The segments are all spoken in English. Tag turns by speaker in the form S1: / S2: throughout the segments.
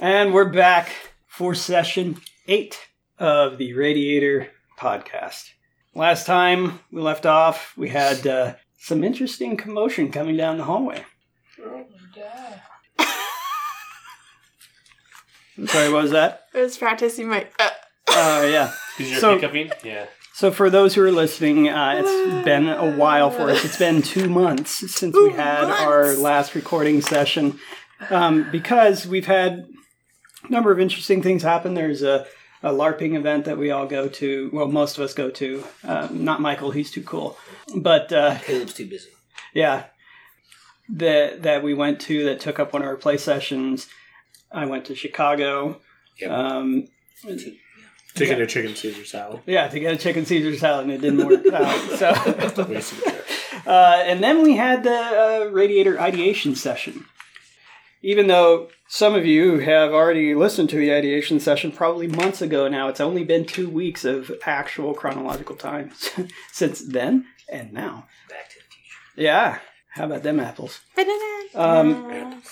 S1: And we're back for session eight of the Radiator podcast. Last time we left off, we had uh, some interesting commotion coming down the hallway. I'm sorry, what was that?
S2: I was practicing my. Uh,
S1: Oh, yeah.
S3: Because you're
S1: So-
S3: hiccuping? Yeah.
S1: So, for those who are listening, uh, it's been a while for us. It's been two months since we
S2: Two
S1: had our
S2: months.
S1: last recording session um, because we've had a number of interesting things happen. There's a, a LARPing event that we all go to. Well, most of us go to. Uh, not Michael, he's too cool. But uh,
S4: Caleb's too busy.
S1: yeah that that we went to that took up one of our play sessions i went to chicago
S4: Yep.
S1: um
S3: To get a chicken Caesar salad.
S1: yeah to get a chicken caesar salad and it didn't work out so
S3: Waste of trip.
S1: uh, and then we had the uh, radiator ideation session even though some of you have already listened to the ideation session probably months ago now it's only been two weeks of actual chronological time since then and now
S4: Back to the future.
S1: yeah how about them apples
S2: bananas.
S1: Um,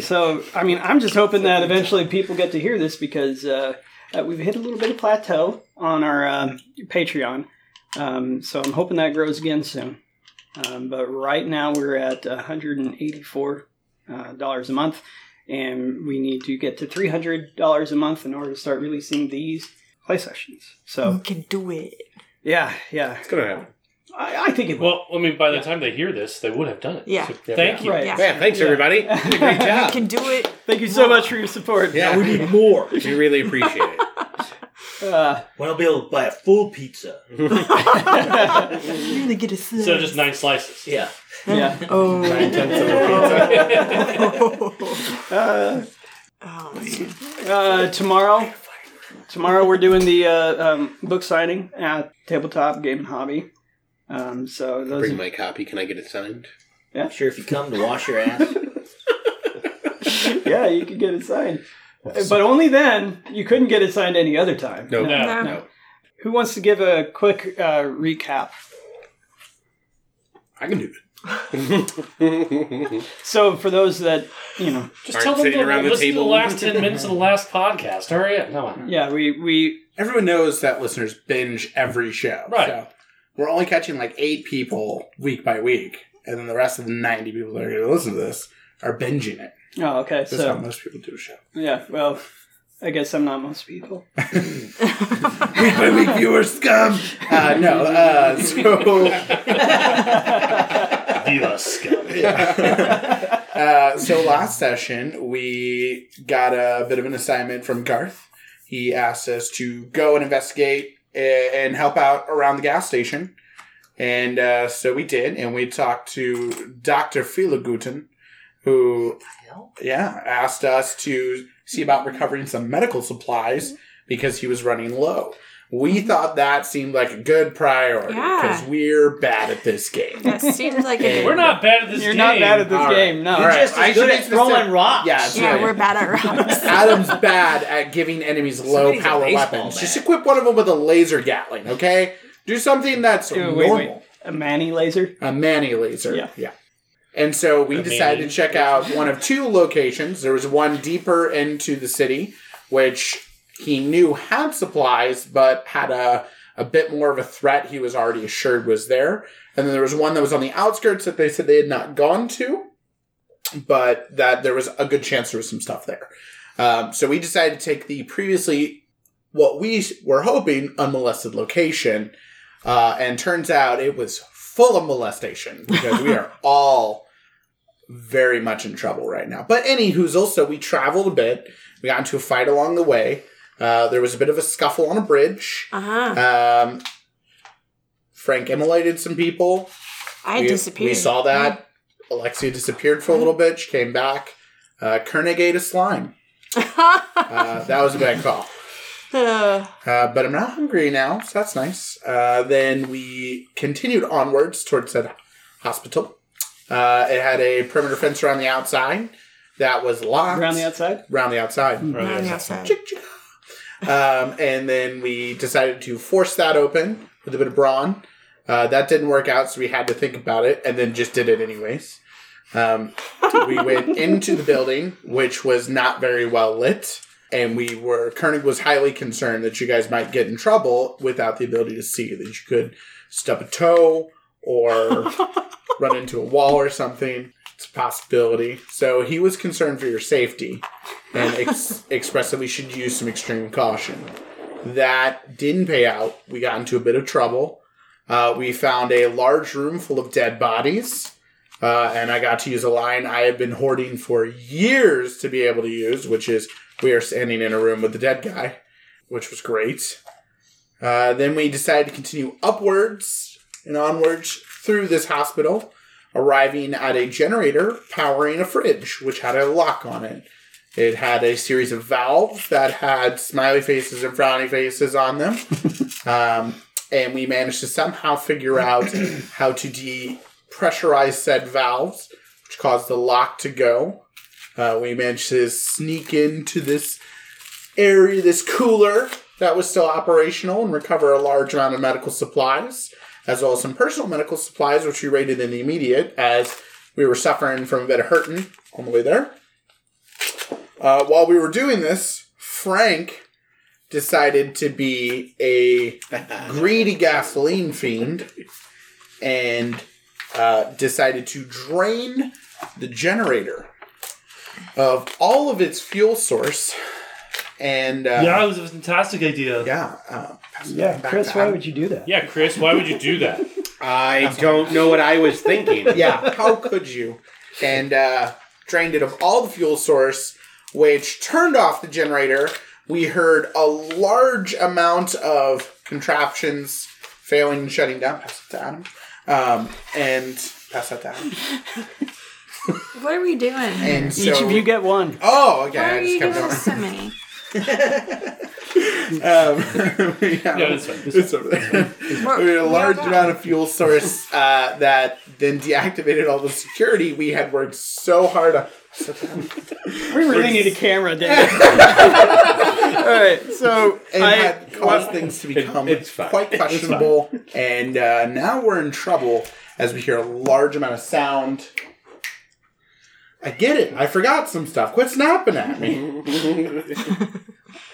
S1: So, I mean, I'm just hoping that eventually people get to hear this because uh, uh, we've hit a little bit of plateau on our um, Patreon. Um, so I'm hoping that grows again soon. Um, but right now we're at $184 uh, dollars a month, and we need to get to $300 a month in order to start releasing these play sessions.
S2: you
S1: So,
S2: can do it.
S1: yeah, yeah.
S5: It's gonna happen.
S1: I, I think it will.
S3: Well, I mean, by the time they hear this, they would have done it.
S2: Yeah.
S3: So thank you.
S1: Right.
S2: Yeah.
S5: Yeah, thanks
S1: Yeah.
S5: everybody. You did a great
S2: You
S5: job.
S2: can do it.
S1: Thank you so much for your support.
S5: Yeah, we
S4: need more.
S5: We really appreciate it.
S1: Uh,
S4: When I'll be able to buy a full pizza.
S2: You really get a slice.
S3: So just nine slices.
S4: Yeah.
S1: yeah.
S2: Oh.
S5: Nine-tenths of a
S1: Uh,
S2: oh man.
S1: Uh, tomorrow, tomorrow we're doing the uh, um, book signing at Tabletop Game and Hobby. Um, so
S5: pizza.
S1: those,
S5: Bring my copy. Can I get it signed?
S4: Sure, if you come to wash your ass.
S1: yeah, you could get it signed, but only then. You couldn't get it signed any other time.
S5: No.
S3: No.
S2: No.
S5: No.
S1: Who wants to give a quick uh, recap?
S5: I can do it.
S1: So for those that you know,
S3: Just
S5: Aren't
S3: tell them
S5: sitting
S3: to
S5: around the
S3: listen to
S5: table.
S3: the last 10 minutes of the last podcast. Hurry up. Come on.
S1: yeah, we we
S6: everyone knows that listeners binge every show.
S3: Right.
S6: So we're only catching like eight people week by week, and then the rest of the ninety people that are going to listen to this are binging it.
S1: oh okay,
S6: That's how
S1: so
S6: most people do a show.
S1: yeah, well, I guess I'm not most people.
S6: Week by week, viewers scum. Uh, no. Uh, so
S3: Viva scum.
S6: uh, so last session we got a bit of an assignment from Garth. He asked us to go and investigate a- and help out around the gas station. And uh, so we did, and we talked to Dr. Filiguten, who yeah, asked us to see about recovering some medical supplies
S3: Mm-hmm.
S6: because he was running low. We thought that seemed like a good priority because
S2: Yeah.
S6: we're bad at this game.
S2: That seems like a.
S3: We're not bad at this
S1: You're
S3: game.
S1: not bad at this
S6: All right.
S1: game, no.
S6: All right.
S4: Just as
S6: I
S4: good
S6: should
S4: at
S6: have
S4: throwing
S6: said-
S4: rocks.
S6: Yeah, that's
S2: Yeah,
S6: right.
S2: we're bad at rocks.
S6: Adam's bad at giving enemies low
S4: Somebody's a
S6: power
S4: baseball
S6: weapons.
S4: bat.
S6: Just equip one of them with a laser gatling, okay? Do something that's
S1: Dude, wait,
S6: normal.
S1: wait. A Manny laser.
S6: A mani laser.
S1: Yeah.
S6: And so we
S3: A
S6: decided
S3: mani.
S6: to check out one of two locations. There was one deeper into the city, which he knew had supplies, but had a a bit more of a threat he was already assured was there. And then there was one that was on the outskirts that they said they had not gone to, but that there was a good chance there was some stuff there. Um, so we decided to take the previously what we were hoping unmolested location, uh, and turns out it was full of molestation because we are all very much in trouble right now. But any whoozle, so we traveled a bit. We got into a fight along the way. Uh, there was a bit of a scuffle on a bridge.
S2: Uh huh.
S6: Um, Frank immolated some people.
S2: I
S6: we,
S2: disappeared. Mm-hmm.
S6: We saw that. Alexia disappeared for a little bit. She came back. Uh, Koenig ate a slime. Uh, that was a bad call.
S2: Uh,
S6: Uh, but I'm not hungry now, so that's nice. Uh, then we continued onwards towards that hospital. Uh, it had a perimeter fence around the outside that was locked.
S1: Around the outside?
S6: Around the outside.
S2: on the outside.
S6: Chick, chick. Um, and then we decided to force that open with a bit of brawn. Uh, that didn't work out, so we had to think about it, and then just did it anyways. Um, we went into the building, which was not very well lit, and we were Koenig was highly concerned that you guys might get in trouble without the ability to see that you could stub a toe or run into a wall or something. It's a possibility. So he was concerned for your safety and ex- expressed that we should use some extreme caution. That didn't pay out. We got into a bit of trouble. Uh, we found a large room full of dead bodies. Uh, and I got to use a line I had been hoarding for years to be able to use, which is we are standing in a room with the dead guy, which was great. Uh, then we decided to continue upwards and onwards through this hospital, arriving at a generator powering a fridge, which had a lock on it. It had a series of valves that had smiley faces and frowny faces on them. um, and we managed to somehow figure out how to depressurize said valves, which caused the lock to go. Uh, we managed to sneak into this area, this cooler that was still operational, and recover a large amount of medical supplies, as well as some personal medical supplies, which we rated in the immediate as we were suffering from a bit of hurting on the way there. Uh, while we were doing this, Frank decided to be a greedy gasoline fiend and uh, decided to drain the generator of all of its fuel source. And uh,
S3: yeah, it was a fantastic idea. Yeah,
S6: yeah, uh, pass it
S1: Yeah,
S6: back
S1: Chris,
S6: to
S1: why
S6: Adam.
S1: would you do that?
S3: Chris, why would you do that?
S5: I don't know what I was thinking.
S6: yeah, how could you? And uh, drained it of all the fuel source, which turned off the generator. We heard a large amount of contraptions failing and shutting down. Pass it to Adam. Um, and pass that to Adam.
S2: What are we doing?
S6: And so,
S1: Each of you get one.
S6: oh, okay.
S2: Why are
S6: I just
S2: you giving
S6: kept
S2: us so many?
S6: going. Um, yeah.
S3: Yeah, that's fine. That's
S6: It's over there. we had a large amount of fuel source uh, that then deactivated all the security we had worked so hard on.
S1: We really need a camera, Dave. All right.
S6: So and
S1: I-
S6: had caused things to become
S5: it's fine.
S6: quite questionable, and uh, now we're in trouble as we hear a large amount of sound. I get it. I forgot some stuff. Quit snapping at me.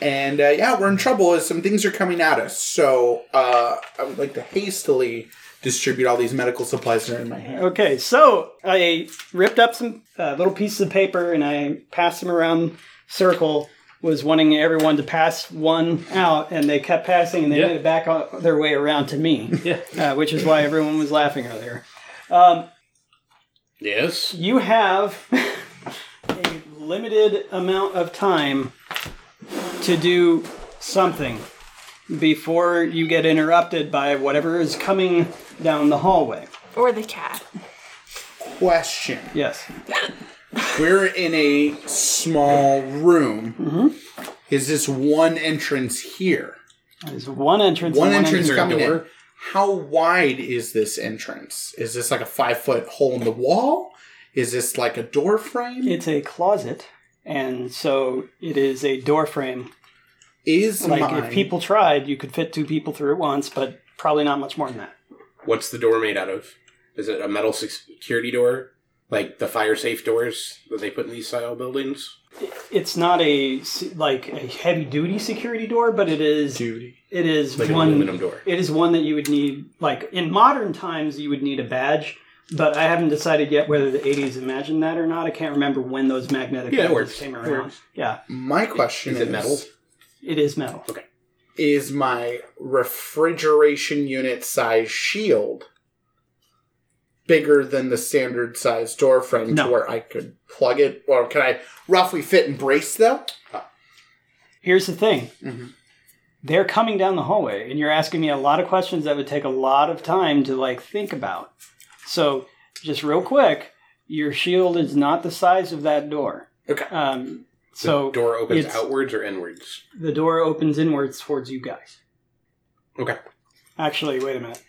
S6: and uh, yeah, we're in trouble as some things are coming at us. So uh, I would like to hastily distribute all these medical supplies that are in my hand.
S1: Okay, so I ripped up some uh, little pieces of paper and I passed them around circle. Was wanting everyone to pass one out, and they kept passing, and they
S3: Yeah.
S1: made it back o- their way around to me,
S3: Yeah.
S1: uh, which is why everyone was laughing earlier.
S5: Yes.
S1: You have a limited amount of time to do something before you get interrupted by whatever is coming down the hallway.
S2: Or the cat.
S6: Question.
S1: Yes.
S6: We're in a small room.
S5: Mm-hmm.
S6: Is this one entrance here?
S1: There's one entrance.
S6: one
S1: and
S6: entrance coming
S5: door.
S6: in. How wide is this entrance? Is this like a five foot hole in the wall? Is this like a door frame?
S1: It's a closet, and so it is a door frame.
S6: Is
S1: Like
S6: mine,
S1: if people tried, you could fit two people through at once, but probably not much more than that.
S5: What's the door made out of? Is it a metal security door? Like the fire safe doors that they put in these style buildings?
S1: It's not a se- like a heavy duty security door, but it is
S6: duty?
S1: it is
S5: Like an
S1: one
S5: aluminum door.
S1: it is one that you would need like in modern times you would need a badge. But I haven't decided yet whether the 80s imagined that or not. I can't remember when those magnetic
S5: Yeah, it
S1: doors
S5: works.
S1: came
S5: It
S1: around.
S5: works.
S1: Yeah,
S6: My question
S5: Is
S6: is,
S5: it metal?
S1: it is metal.
S6: Is my refrigeration unit size shield bigger than the standard size door frame
S1: No.
S6: to where I could plug it? Or can I roughly fit and brace though?
S1: Here's the thing.
S6: Mhm.
S1: They're coming down the hallway, and you're asking me a lot of questions that would take a lot of time to like think about. So, just real quick, your shield is not the size of that door.
S6: Okay.
S1: Um,
S5: The
S1: so
S5: door opens
S1: it's-
S5: outwards or inwards?
S1: the door opens inwards towards you guys.
S5: Okay.
S1: Actually, wait a minute.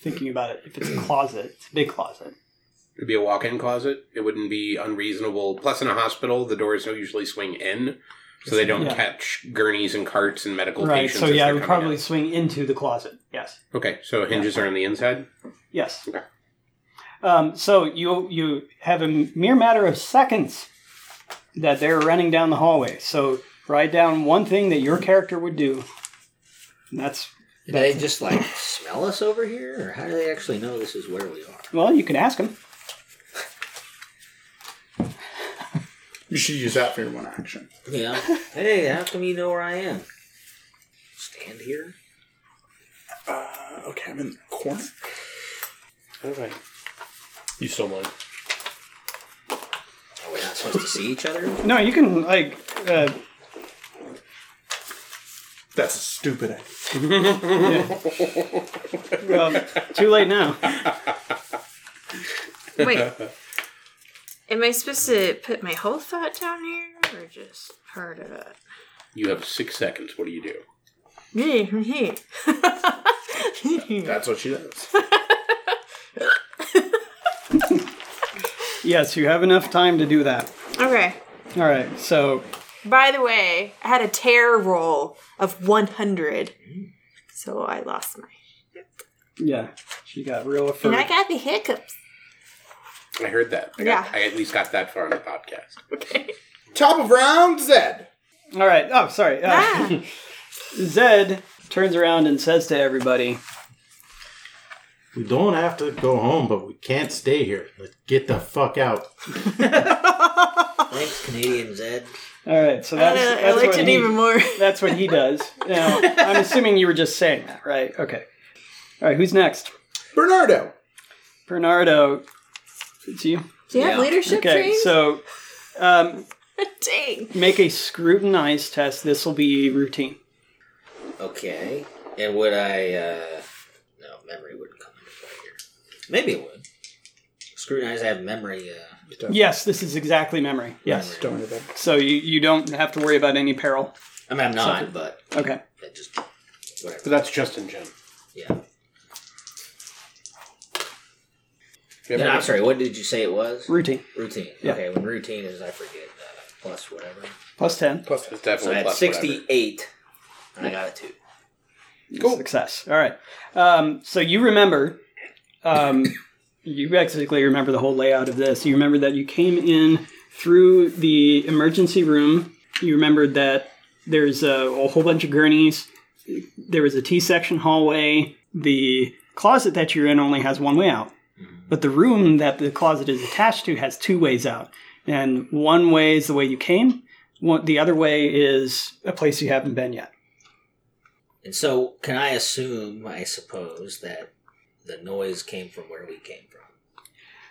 S1: Thinking about it, if it's a closet, it's a big closet.
S5: It'd be a walk-in closet. It wouldn't be unreasonable. Plus, in a hospital, the doors don't usually swing in, so they don't
S1: Yeah.
S5: catch gurneys and carts and medical
S1: Right.
S5: patients.
S1: So
S5: as
S1: yeah,
S5: they're
S1: it would
S5: coming
S1: probably
S5: out.
S1: swing into the closet. Yes.
S5: Okay, so hinges are on the inside.
S1: Yes.
S5: Okay.
S1: Um, so you you have a mere matter of seconds that they're running down the hallway. So write down one thing that your character would do. And that's
S4: Do they just like smell us over here, or how do they actually know this is where we are?
S1: well, you can ask them.
S6: You should use that for your one action.
S4: Yeah. hey, how come you know where I am? Stand here.
S6: Uh, okay, I'm in the corner.
S5: All right. You stole mine.
S4: Are we not supposed to see each other?
S1: No, you can like uh,
S6: That's a stupid idea.
S1: well, too late now.
S2: Wait. Am I supposed to put my whole thought down here or just part of it?
S5: You have six seconds. What do you do?
S2: yeah,
S6: That's what she does.
S1: Yes, you have enough time to do that.
S2: okay.
S1: All right. So
S2: By the way, I had a tear roll of 100. So I lost my.
S1: yeah, she got real
S2: And I
S1: afraid.
S2: got the hiccups.
S5: I heard that. I, got,
S2: Yeah.
S5: I at least got that far on the podcast.
S2: Okay.
S6: Top of round, Zed.
S1: All right. Oh, sorry. Uh,
S2: Ah,
S1: Zed turns around and says to everybody,
S7: We don't have to go home, but we can't stay here. Let's get the fuck out.
S4: Thanks, Canadian Zed.
S1: "All right, so
S2: Uh, I
S1: that's
S2: know, I
S1: that's
S2: liked
S1: what
S2: it
S1: he,
S2: even more.
S1: that's what he does." Now, I'm assuming you were just saying that, right? Okay. All right. Who's next?
S6: Bernardo.
S1: Bernardo. It's you.
S2: Do you have
S4: Yeah.
S2: leadership
S1: Okay.
S2: training?
S1: So, um,
S2: Dang.
S1: make a scrutinize test. This will be routine.
S4: Okay. And would I? uh No, memory wouldn't come into play here. Maybe it would. Scrutinize. I have memory. uh
S1: Yes, this is exactly memory. Yes.
S6: Don't worry about it.
S1: So you, you don't have to worry about any peril.
S4: I mean, I'm not, but
S1: Okay.
S4: I just whatever.
S5: But that's just in Jim.
S4: Yeah. No, I'm sorry. What did you say it was?
S1: Routine.
S4: Routine.
S1: Yeah.
S4: Okay. When routine is, I forget. Uh, plus whatever.
S1: Plus 10.
S6: Plus,
S5: It's
S4: So I
S5: definitely
S4: had
S5: plus
S4: 68, and I got a two.
S6: Cool.
S1: Success. All right. Um, so you remember, um, you basically remember the whole layout of this. You remember that you came in through the emergency room. You remembered that there's a, a whole bunch of gurneys. There was a T section hallway. The closet that you're in only has one way out, but the room that the closet is attached to has two ways out. And one way is the way you came. One, the other way is a place you haven't been yet.
S4: And so, can I assume? I suppose that the noise came from where we came from.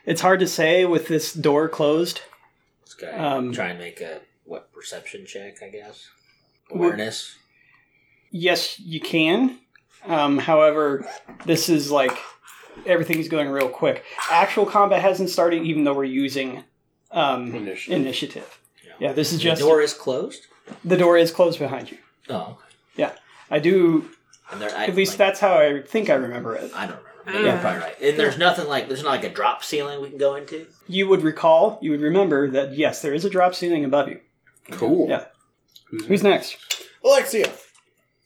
S1: It's hard to say with this door closed.
S4: Let's go
S1: Um,
S4: try and make a what perception check, I guess.
S1: We're-
S4: Awareness.
S1: Yes, you can. Um, however, this is like everything's going real quick. Actual combat hasn't started, even though we're using um,
S5: Initiative.
S1: initiative. Yeah, this is
S4: The
S1: just
S4: door is closed.
S1: the door is closed behind you.
S4: Oh, okay.
S1: I do.
S4: And there, I,
S1: At least
S4: like,
S1: that's how I think I remember it.
S4: I don't remember. Maybe I'm probably right. And there's nothing like there's not like a drop ceiling we can go into.
S1: You would recall. You would remember that. Yes, there is a drop ceiling above you.
S5: Cool.
S1: Yeah.
S5: Who's
S1: Who's next?
S6: Alexia.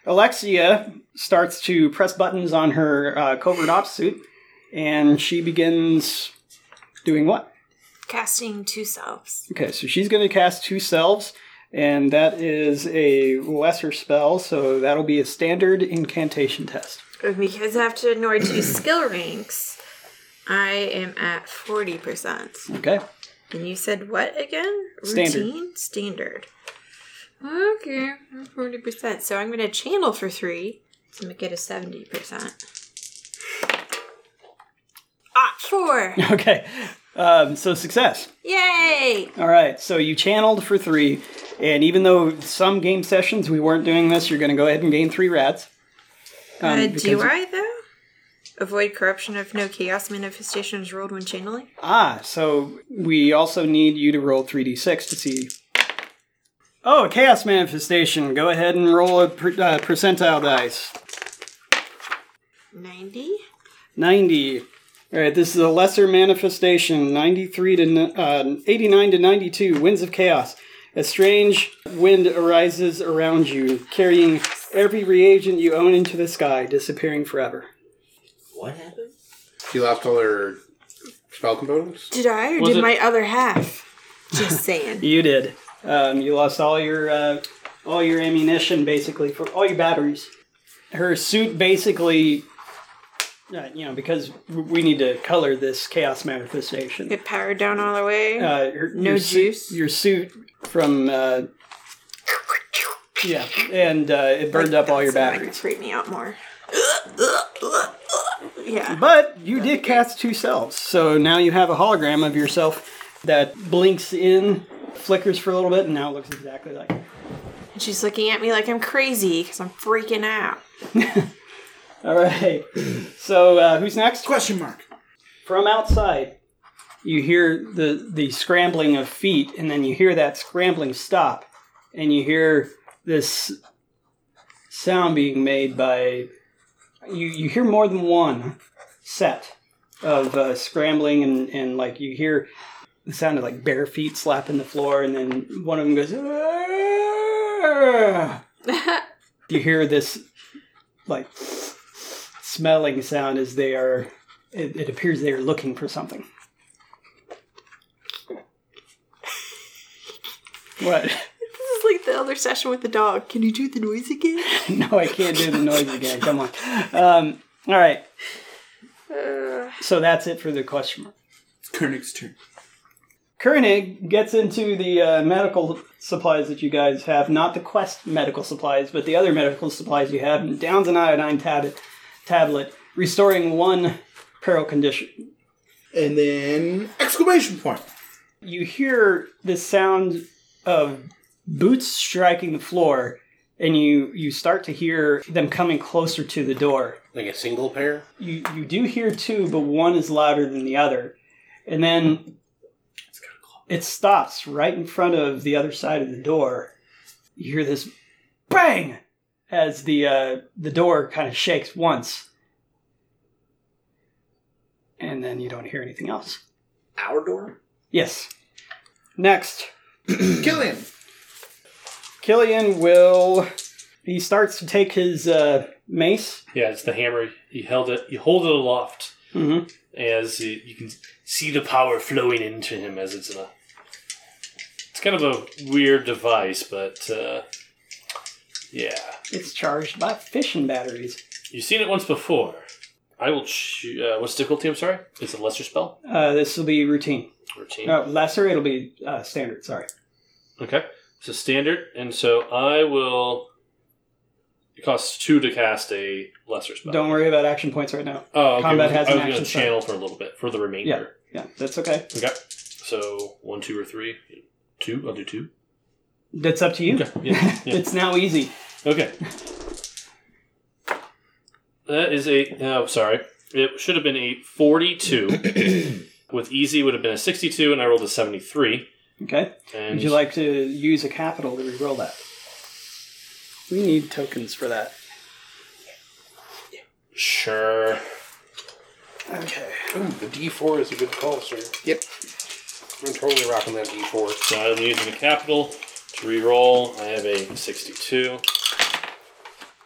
S1: Alexia starts to press buttons on her uh, covert ops suit, and she begins doing what?
S2: Casting two selves.
S1: Okay, so she's going to cast two selves, and that is a lesser spell, so that'll be a standard incantation test.
S2: Because I have to ignore two skill ranks, I am at 40%.
S1: Okay,
S2: And you said what again?
S1: Standard.
S2: Routine? Standard. Okay, I'm 40%. So I'm going to channel for three to make it a 70%. Ah, four!
S1: okay. Um, so success.
S2: Yay!
S1: All right, so you channeled for three, and even though some game sessions we weren't doing this, you're going to go ahead and gain three rats. Um,
S2: uh, do
S1: because-
S2: I, though? Avoid corruption of no chaos manifestations rolled when channeling?
S1: Ah, so we also need you to roll 3d6 to see. Oh, chaos manifestation. Go ahead and roll a per, uh, percentile dice.
S2: 90?
S1: 90. All right, this is a lesser manifestation, 93 to n- uh, 89 to 92, winds of chaos. A strange wind arises around you, carrying every reagent you own into the sky, disappearing forever.
S4: What happened?
S5: She lost all her spell components?
S2: Did I or
S3: Was
S2: did
S3: it-
S2: my other half? Just saying.
S1: You did. Um, you lost all your uh, all your ammunition, basically, for all your batteries. Her suit basically, uh, you know, because we need to color this chaos manifestation.
S2: It powered down all the way.
S1: Uh, her,
S2: No
S1: your suit-
S2: juice?
S1: your suit from uh, yeah, and uh, it burned up all your
S2: That
S1: batteries.
S2: freaked me out more. yeah.
S1: But you did cast two selves, so now you have a hologram of yourself that blinks in, flickers for a little bit, and now it looks exactly like.
S2: And she's looking at me like I'm crazy because I'm freaking out.
S1: All right. So uh, who's next?
S6: Question mark.
S1: From outside, you hear the the scrambling of feet, and then you hear that scrambling stop, and you hear this sound being made by. You you hear more than one set of uh, scrambling, and and like you hear the sound of like bare feet slapping the floor, and then one of them goes. "Ah!" you hear this like smelling sound as they are it, it appears they are looking for something what
S2: This is like the other session with the dog. Uh, Can you do the noise again?
S1: no i can't do the noise again come on um, all right
S2: Uh,
S1: so that's it for the question mark
S6: It's Koenig's turn.
S1: Koenig gets into the uh, medical supplies that you guys have, not the Quest medical supplies, but the other medical supplies you have, and downs an iodine tab- tablet, restoring one peril condition.
S6: And then exclamation point.
S1: you hear the sound of boots striking the floor and you you start to hear them coming closer to the door
S5: Like a single pair?
S1: you you do hear two but one is louder than the other and then it stops right in front of the other side of the door you hear this bang as the uh, the door kind of shakes once and then you don't hear anything else
S4: Our door?
S1: yes next
S8: Hmm.
S6: Killian.
S1: Killian will. He starts to take his uh, mace.
S3: Yeah, it's the hammer. You held it. You hold it aloft
S1: Mhm.
S3: as you, you can see the power flowing into him as it's in a. It's kind of a weird device, but uh, yeah,
S1: It's charged by fission batteries.
S3: you've seen it once before. I will. Cho- uh, what's difficulty? I'm sorry. It's a lesser spell.
S1: Uh, this will be routine.
S3: Routine.
S1: No, lesser. It'll be uh, standard. Sorry.
S3: Okay. So standard, and so I will. It costs two to cast a lesser spell.
S1: Don't worry about action points right now.
S3: Oh, okay.
S1: Combat
S3: I
S1: has
S3: was, I
S1: an
S3: was going
S1: action
S3: to channel for a little bit for the remainder.
S1: Yeah, that's okay.
S3: Okay. So one, two, or three. Two. I'll do two.
S1: That's up to you.
S3: Okay. Yeah. yeah.
S1: It's now easy.
S3: okay. That is a. No, sorry. It should have been a forty-two. With easy would have been a sixty-two, and I rolled a seventy-three.
S1: Okay.
S3: And
S1: Would you like to use a capital to re-roll that? We need tokens for that.
S3: Sure.
S1: Okay.
S5: Ooh, the D4 is a good call, sir.
S6: Yep.
S5: I'm totally rocking that D4.
S3: So I'm using the capital to re-roll. I have a 62.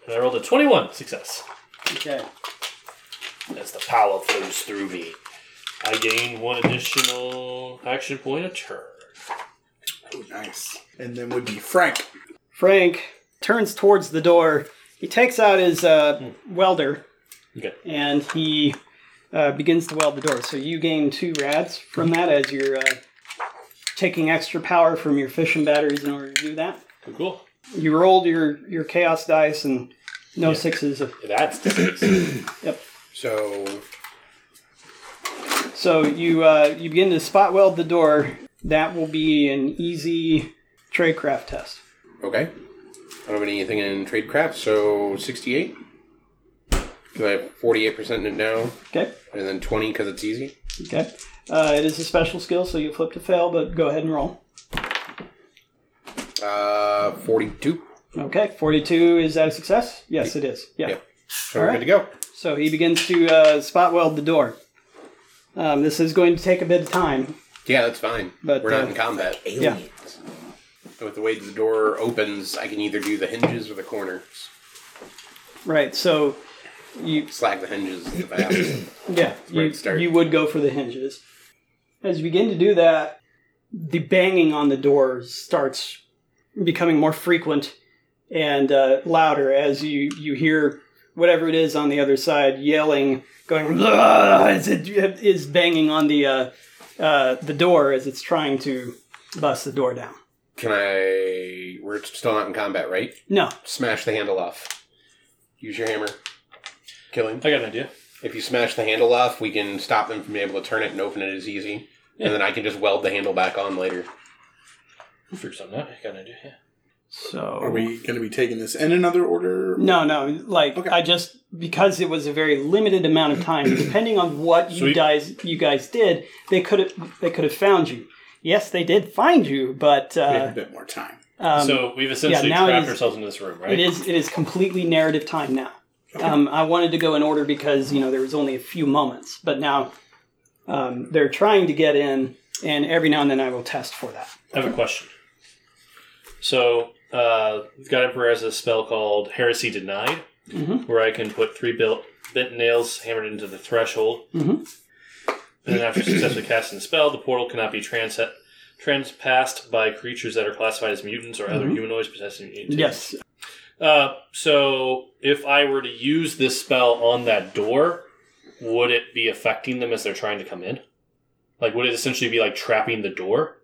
S3: And I rolled a 21 success.
S1: Okay.
S3: As the power flows through me, I gain one additional action point a turn.
S6: Oh, nice. And then would be Frank.
S1: Frank turns towards the door. He takes out his uh, welder
S3: Okay.
S1: and he uh, begins to weld the door. So you gain two rads from that as you're uh, taking extra power from your fission batteries in order to do that.
S3: Cool. cool.
S1: You rolled your, your chaos dice and no
S3: Yeah.
S1: sixes.
S3: That's the six.
S5: So,
S1: So you uh, you begin to spot weld the door. That will be an easy tradecraft test.
S5: okay. I don't have anything in trade craft, so 68. Because I have 48% in it now,
S1: Okay.
S5: and then 20 because it's easy.
S1: Okay. Uh, it is a special skill, so you flip to fail, but go ahead and roll.
S5: Uh, 42.
S1: Okay, 42. Is that a success? Yes, it is. Yeah.
S5: Yeah. So
S1: All
S5: we're
S1: right.
S5: good to go.
S1: So he begins to uh, spot weld the door. Um, this is going to take a bit of time.
S5: Yeah, that's fine.
S1: But,
S5: But We're not
S1: uh,
S5: in combat.
S1: Yeah.
S4: Aliens.
S5: With the way the door opens, I can either do the hinges or the corners.
S1: Right. So you,
S5: Slack the hinges the fastest.
S1: yeah, you,
S5: Right start.
S1: you would go for the hinges. As you begin to do that, the banging on the doors starts becoming more frequent and uh, louder as you, you hear whatever it is on the other side yelling, going, "Blah," as it is banging on the, uh, uh, the door as it's trying to bust the door down.
S5: Can I? We're still not in combat, right?
S1: No,
S5: Smash the handle off. Use your hammer. Kill him.
S3: I got an idea.
S5: If you smash the handle off, we can stop them from being able to turn it and open it as easy. And then I can just weld the handle back on later.
S3: I'll figure something out. I got an idea. Yeah.
S1: so
S8: Are we going to be taking this in another order?
S1: No, no. Like
S8: Okay.
S1: I just because it was a very limited amount of time. depending on what you
S3: Sweet.
S1: guys you guys did, they could have they could have found you. Yes, they did find you, but
S8: we have a
S1: uh,
S8: bit more time.
S1: um,
S3: so we've essentially
S1: yeah, now it
S3: trapped
S1: is-
S3: ourselves in this room, right?
S1: it is it is completely narrative time now. Um, I wanted to go in order because you know there was only a few moments, but now um, they're trying to get in, and every now and then I will test for that.
S3: I have a question. So, uh, Guy Perez has a spell called Heresy Denied,
S1: Mhm.
S3: where I can put three built, bent nails hammered into the threshold.
S1: Mhm.
S3: And then, after successfully casting the spell, the portal cannot be trans- transpassed by creatures that are classified as mutants or other
S1: Mhm.
S3: humanoids possessing mutants.
S1: Yes,
S3: Uh, so, if I were to use this spell on that door, would it be affecting them as they're trying to come in? Like, would it essentially be like trapping the door?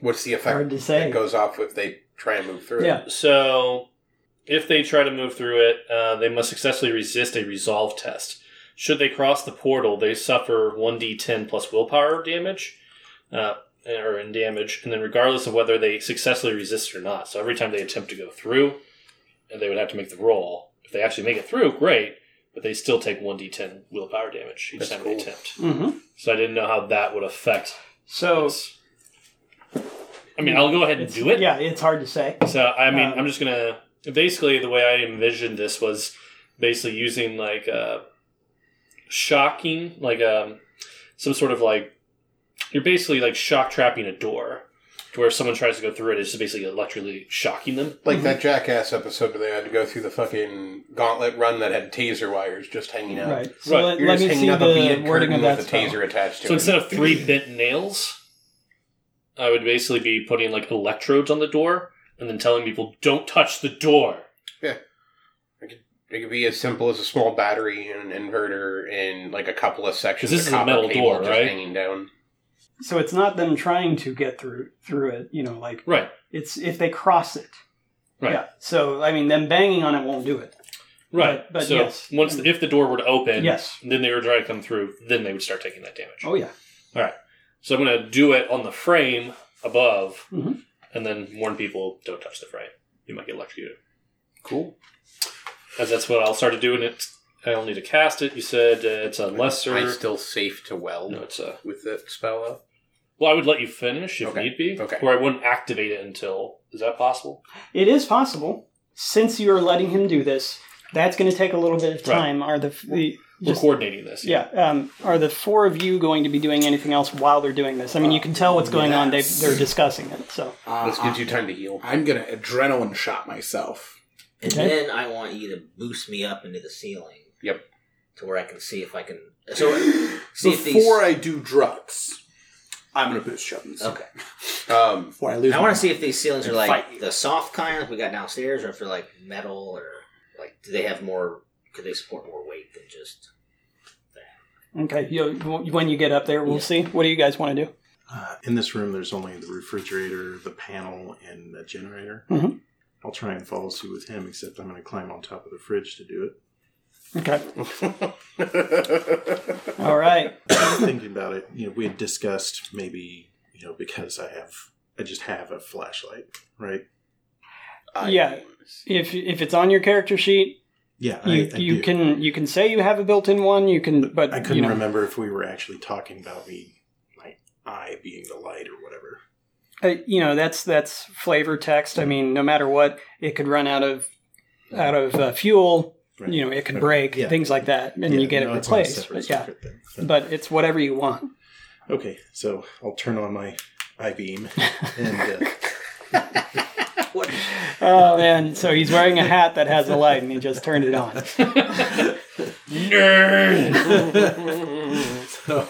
S5: What's the effect
S1: Hard to say.
S5: that goes off if they try and move through
S1: Yeah.
S5: it?
S3: So, if they try to move through it, uh, they must successfully resist a resolve test. Should they cross the portal, they suffer 1d10 plus willpower damage, uh, or in damage, and then regardless of whether they successfully resist or not. So, every time they attempt to go through, and they would have to make the roll. If they actually make it through, great, but they still take 1d10 willpower damage each
S5: That's
S3: time they
S5: cool.
S3: attempt.
S1: hmm
S3: So, I didn't know how that would affect
S5: Oh.
S1: So
S3: this. I mean, I'll go ahead and do it.
S1: yeah, it's hard to say.
S3: So I mean,
S1: Um,
S3: I'm just gonna basically the way I envisioned this was basically using like uh, shocking, like um, some sort of like you're basically like shock trapping a door to where if someone tries to go through it, it's just basically electrically shocking them.
S5: Like that jackass episode where they had to go through the fucking gauntlet run that had taser wires just hanging out.
S1: Right. So
S3: Right,
S1: let,
S5: You're
S1: let
S5: just
S1: me see
S5: hanging up a
S1: the
S5: beaded
S1: wording
S5: curtain
S1: of that
S5: with a
S1: spell.
S5: taser attached to
S3: So
S5: it.
S3: instead of three bent nails, I would basically be putting like electrodes on the door and then telling people don't touch the door.
S5: It could be as simple as a small battery and an inverter and like a couple of sections.
S3: 'Cause this
S5: of
S3: is a
S5: copper
S3: metal
S5: cable
S3: door,
S5: just
S3: right?
S5: Hanging down.
S1: So it's not them trying to get through through it, you know, like
S3: Right.
S1: it's if they cross it.
S3: Right.
S1: Yeah. So I mean, them banging on it won't do it.
S3: Right.
S1: But- but
S3: so
S1: yes.
S3: once if the door were to open,
S1: Yes.
S3: then they were trying to come through, then they would start taking that damage.
S1: Oh yeah.
S3: So I'm gonna do it on the frame above,
S1: Mhm.
S3: and then warn people don't touch the frame. You might get electrocuted.
S5: Cool.
S3: As that's what I'll start to do. And it, I only need to cast it. You said uh, it's a lesser.
S5: Am I still safe to weld
S3: no, it's a.
S5: with that spell up?
S3: Well, I would let you finish if
S5: Okay.
S3: need be,
S5: Okay.
S3: or I wouldn't activate it until. Is that possible?
S1: It is possible since you are letting him do this. That's going to take a little bit of
S3: Right.
S1: time. Are the, the
S3: We're
S1: just,
S3: coordinating this.
S1: yeah? Um, are the four of you going to be doing anything else while they're doing this? I mean, you can tell what's going on. They
S8: Yes.
S1: they're discussing it. So
S6: Uh,
S5: This gives you time to heal.
S6: I'm gonna adrenaline shot myself.
S4: And
S1: Okay.
S4: then I want you to boost me up into the ceiling.
S5: Yep.
S4: To where I can see if I can. So see if these.
S6: Before I do drugs, I'm gonna boost shots.
S4: okay.
S5: Um,
S6: Before I lose,
S4: I want to see if these ceilings are
S6: Fight.
S4: like the soft kind like we got downstairs, or if they're like metal, or like do they have more? Could they support more weight than just?
S1: okay, you when you get up there, we'll
S4: Yeah.
S1: see. What do you guys want to do?
S7: Uh, in this room, there's only the refrigerator, the panel, and the generator.
S1: Mhm.
S7: I'll try and follow suit with him, except I'm going to climb on top of the fridge to do it.
S1: Okay. All right.
S7: Thinking about it, you know, we had discussed maybe, you know, because I have, I just have a flashlight, right?
S5: I-
S1: Yeah. If if it's on your character sheet,
S7: Yeah, I,
S1: you,
S7: I
S1: you
S7: do.
S1: can you can say you have a built-in one. You can, but
S7: I couldn't
S1: you know,
S7: remember if we were actually talking about me, my eye being the light or whatever.
S1: uh, you know that's that's flavor text. I mean, no matter what, it could run out of out of uh, fuel.
S7: Right.
S1: You know, it could
S7: Okay.
S1: break
S7: Yeah.
S1: things like that, and
S7: Yeah,
S1: you get
S7: no,
S1: it
S7: it's not a
S1: replaced.
S7: separate
S1: But yeah,
S7: secret thing.
S1: but it's whatever you want.
S7: okay, so I'll turn on my eye beam and. Uh,
S4: What?
S1: Oh man! So he's wearing a hat that has a light, and he just turned it on.
S3: Nerd.
S7: so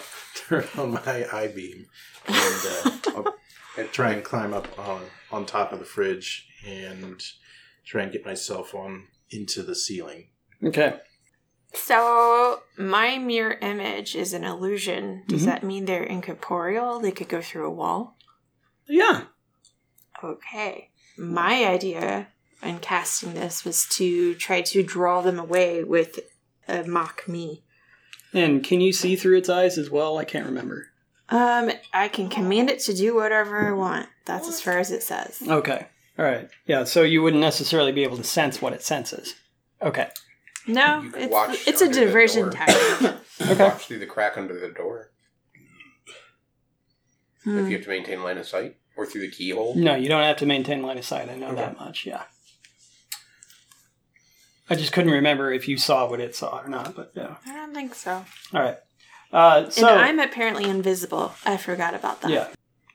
S7: over on my I beam and, uh, up, and try and climb up on, on top of the fridge and try and get myself on into the ceiling.
S1: Okay.
S2: So my mirror image is an illusion. Does
S6: Mm-hmm.
S1: Mhm.
S2: that mean they're incorporeal? They could go through a wall?
S1: Yeah.
S2: Okay. My idea in casting this was to try to draw them away with a mock me.
S1: And can you see through its eyes as well? I can't remember.
S2: Um, I can command it to do whatever I want. That's as far as it says.
S1: Okay. All right. Yeah. So you wouldn't necessarily be able to sense what it senses. Okay.
S2: No,
S6: You can watch
S2: it's, it's a
S6: under the
S2: diversion
S6: door.
S2: tactic.
S1: Okay.
S5: Watch through the crack under the door if
S2: Hmm.
S5: you have to maintain line of sight or through the keyhole.
S1: No, you don't have to maintain line of sight. I know that much. Yeah. I just couldn't remember if you saw what it saw or not. But yeah.
S2: I don't think so.
S1: All right. Uh, so
S2: and I'm apparently invisible. I forgot about that.
S1: yeah,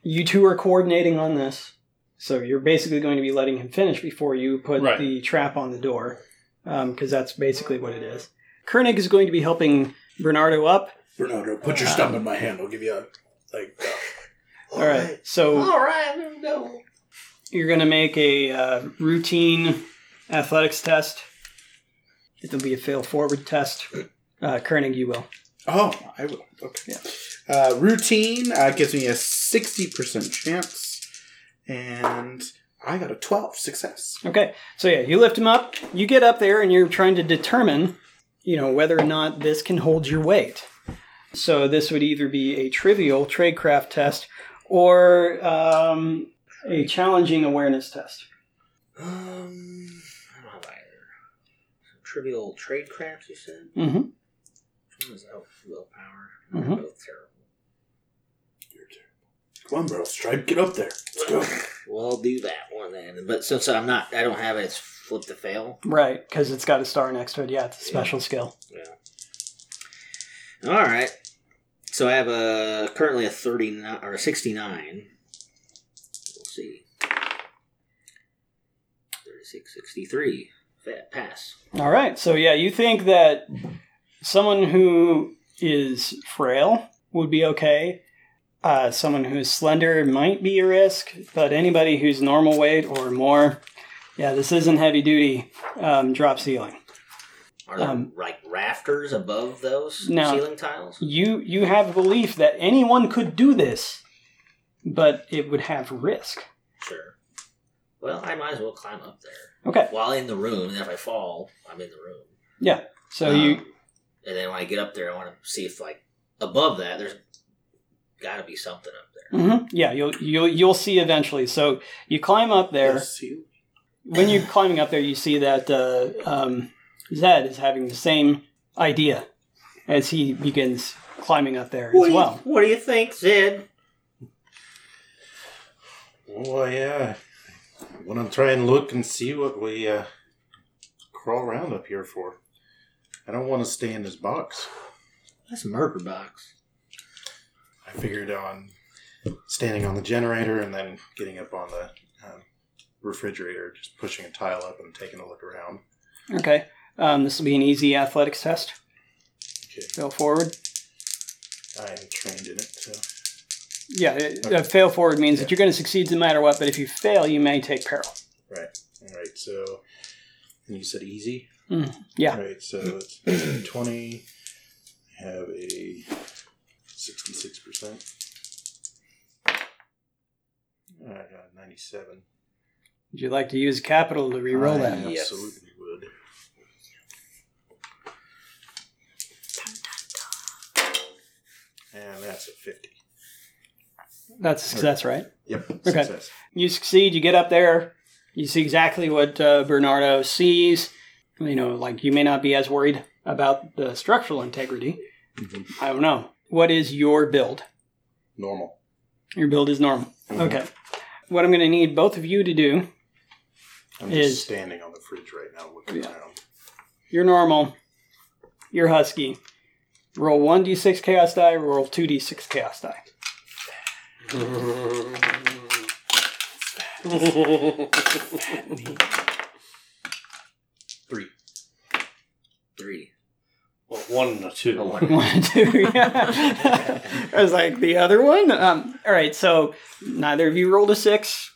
S1: you two are coordinating on this. So you're basically going to be letting him finish before you put
S3: Right.
S1: the trap on the door, because that's basically what it is. Koenig is going to be helping Bernardo up.
S8: Bernardo, put your stump in my hand. I'll give you a like. Uh,
S1: All right. So
S4: All right, let's go.
S1: You're going to make a uh, routine athletics test. It'll be a fail forward test. Uh, Koenig, you will.
S8: oh, I will. Okay.
S1: Yeah.
S8: Uh, routine uh, gives me a sixty percent chance, and I got a twelve success.
S1: Okay. So, yeah, you lift him up. You get up there and you're trying to determine, you know, whether or not this can hold your weight. So, this would either be a trivial tradecraft test or um, a challenging awareness test.
S4: Um, I don't have either. Trivial trade crafts, you said?
S1: Mm-hmm.
S4: What is that? Willpower.
S1: Mhm.
S4: They're both terrible.
S8: Come on, bro, Stripe, get up there. Let's go.
S4: Well, I'll do that one then. But since I'm not, I don't have it, it's flip to fail.
S1: Right. Because it's got a star next to it. Yeah, it's a special skill.
S4: All right. So I have a currently a 39 or a 69. We'll see. 36, 63. Fa- Pass.
S1: All right. So yeah, you think that someone who is frail would be okay. Uh, someone who's slender might be a risk, but anybody who's normal weight or more, yeah, this isn't heavy duty um, drop ceiling.
S4: Are there
S1: Um,
S4: like rafters above those
S1: No.
S4: ceiling tiles?
S1: You you have belief that anyone could do this, but it would have risk.
S4: Sure. Well, I might as well climb up there
S1: Okay,
S4: while in the room. And if I fall, I'm in the room.
S1: so you
S4: Um, and then when I get up there, I want to see if like above that, there's got to be something up there.
S1: hmm yeah you'll you'll you'll see eventually. So you climb up there.
S8: Yes, you.
S1: when you're climbing up there, you see that uh, um, Zed is having the same idea as he begins climbing up there as well.
S4: what do you think, Zed?
S7: Oh, yeah. I want to try and look and see what we uh, crawl around up here for. I don't want to stay in this box.
S4: That's a murder box.
S7: I figured on standing on the generator and then getting up on the um, refrigerator, just pushing a tile up and taking a look around.
S1: Okay, um, this will be an easy athletics test.
S7: Okay.
S1: Fail forward.
S7: I am trained in it, so.
S1: Yeah, it,
S7: Okay.
S1: uh, fail forward means that you're going to succeed no matter what, but if you fail, you may take peril.
S7: All right, so. And you said easy?
S1: Mm, yeah.
S7: All right, so it's 20. I have a 66%. I got a 97.
S1: Would you like to use capital to reroll
S8: Uh,
S7: I
S1: that?
S7: Absolutely would. And that's a 50.
S1: That's a success, right?
S7: Yep. Okay.
S1: you succeed you get up there you see exactly what uh, bernardo sees you know like you may not be as worried about the structural integrity
S8: Mm-hmm.
S1: i don't know what is your build
S5: Normal.
S1: your build is normal okay what i'm going to need both of you to do
S7: Mm-hmm. I'm
S1: Is-
S7: just standing on the fridge right now looking
S1: Yeah.
S7: around.
S1: you're normal you're husky roll 1d6 chaos die roll 2d6 chaos die
S4: Three.
S3: Well, one and a two.
S4: A one.
S1: One, two, yeah. I was like, the other one? Um, all right, so neither of you rolled a six.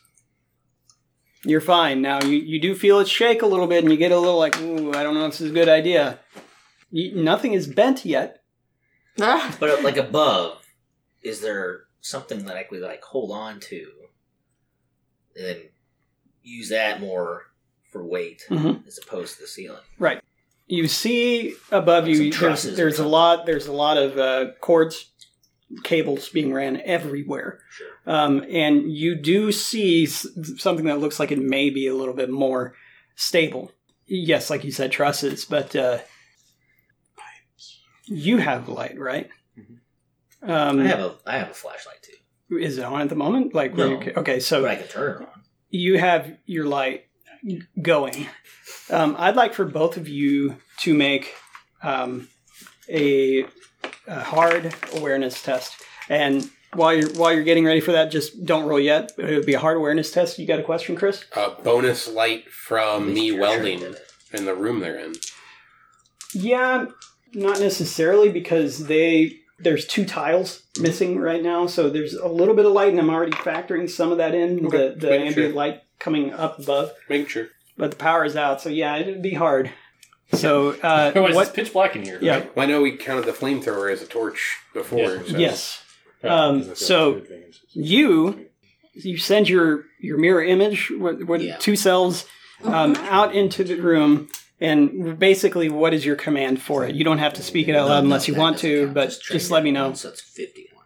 S1: You're fine. Now, you, you do feel it shake a little bit, and you get a little like, ooh, I don't know if this is a good idea. You, nothing is bent yet.
S2: Ah,
S4: But uh, like above, is there something that I could like hold on to, and then use that more for weight
S1: Mhm.
S4: as opposed to the ceiling?
S1: You see above
S4: Some
S1: you, there's,
S4: trusses or
S1: there's a
S4: something.
S1: lot there's a lot of uh, cords, cables being ran everywhere.
S4: Sure.
S1: Um, and you do see s- something that looks like it may be a little bit more stable. Yes, like you said, trusses, but uh, you have light, right? Um,
S4: Mm-hmm. I have a I have a flashlight too,
S1: Is it on at the moment? Like, where
S4: No.
S1: you- okay, so
S4: but I can turn it on.
S1: you have your light going. Um, I'd like for both of you to make um, a, a hard awareness test. And while you're while you're getting ready for that, just don't roll yet. It would be a hard awareness test. You got a question, Chris?
S5: Uh, bonus light from me
S4: Sure.
S5: welding in the room they're in.
S1: Yeah, not necessarily because they there's two tiles missing right now, so there's a little bit of light, and I'm already factoring some of that in
S5: Okay,
S1: the
S5: just
S1: the
S5: making
S1: ambient
S5: sure.
S1: light coming up above.
S5: Making sure.
S1: but the power is out, so yeah, it'd be hard. So uh,
S3: Otherwise, it's
S1: what?
S3: pitch black in here.
S1: Yeah.
S3: right?
S5: Well, I know we counted the flamethrower as a torch before.
S3: Yeah.
S5: so-
S1: Yes. Um, so you you send your your mirror image with, with
S4: Yeah.
S1: two cells um, out into the room, and basically, what is your command for it? You don't have to speak it out
S4: No,
S1: loud
S4: no,
S1: unless you
S4: that
S1: want
S4: doesn't
S1: to,
S4: count.
S1: but
S4: train
S1: just let me
S4: everyone,
S1: know
S4: So it's fifty-one.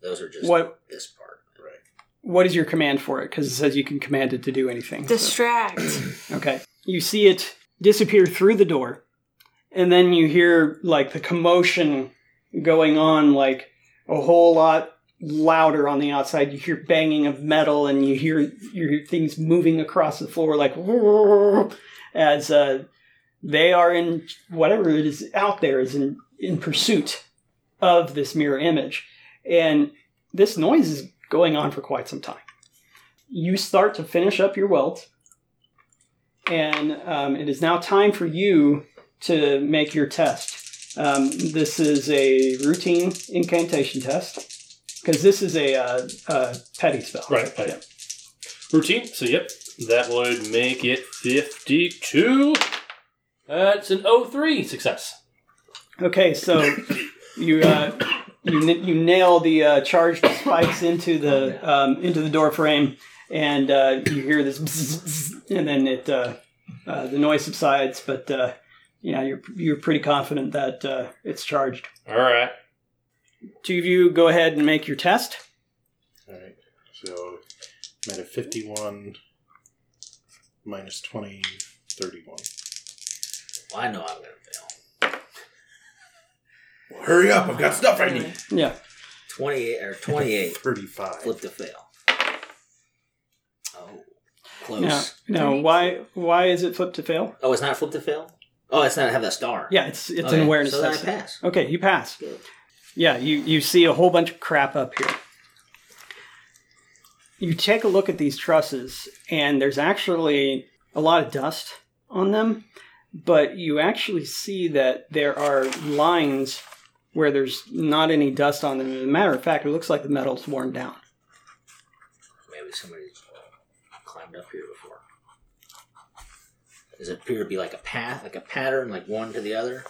S4: Those are just
S1: what
S4: this part. Right.
S1: what is your command for it because it says you can command it to do anything. so-
S2: distract.
S1: Okay. You see it disappear through the door, and then you hear like the commotion going on like a whole lot louder on the outside. You hear banging of metal and you hear you hear things moving across the floor like as uh, they are in whatever it is out there is in, in pursuit of this mirror image. And this noise is going on for quite some time. You start to finish up your welt and um, it is now time for you to make your test. Um, this is a routine incantation test because this is a, uh, uh petty spell.
S3: Right, right.
S1: Yeah.
S3: Routine. So yep, that would make it fifty-two. That's an 03 success.
S1: Okay, so you uh, you n- you nail the uh, charged spikes into
S4: Oh,
S1: the um, into the door frame, and uh, you hear this, bzz, bzz, and then it uh, uh, the noise subsides. But uh, you know you're you're pretty confident that uh, it's charged.
S3: All right.
S1: Two of you go ahead and make your test.
S7: All right. So I'm at a 51 minus 20, 31.
S4: Well, I know I'm gonna fail.
S8: Hurry up! I've got stuff I need.
S1: Yeah.
S4: Twenty-eight or twenty-eight.
S7: 35.
S4: Flip to fail. Oh, close.
S1: Now, now why why is it flip to fail?
S4: Oh, it's not flip to fail. Oh, it's not have that star.
S1: Yeah, it's it's
S4: Okay,
S1: an awareness
S4: So then I
S1: test.
S4: pass.
S1: Okay, you pass.
S4: Good.
S1: Yeah, you, you see a whole bunch of crap up here. You take a look at these trusses, and there's actually a lot of dust on them, but you actually see that there are lines where there's not any dust on them. As a matter of fact, it looks like the metal's worn down.
S4: Maybe somebody's climbed up here before. Does it appear to be like a path, like a pattern, like one to the other?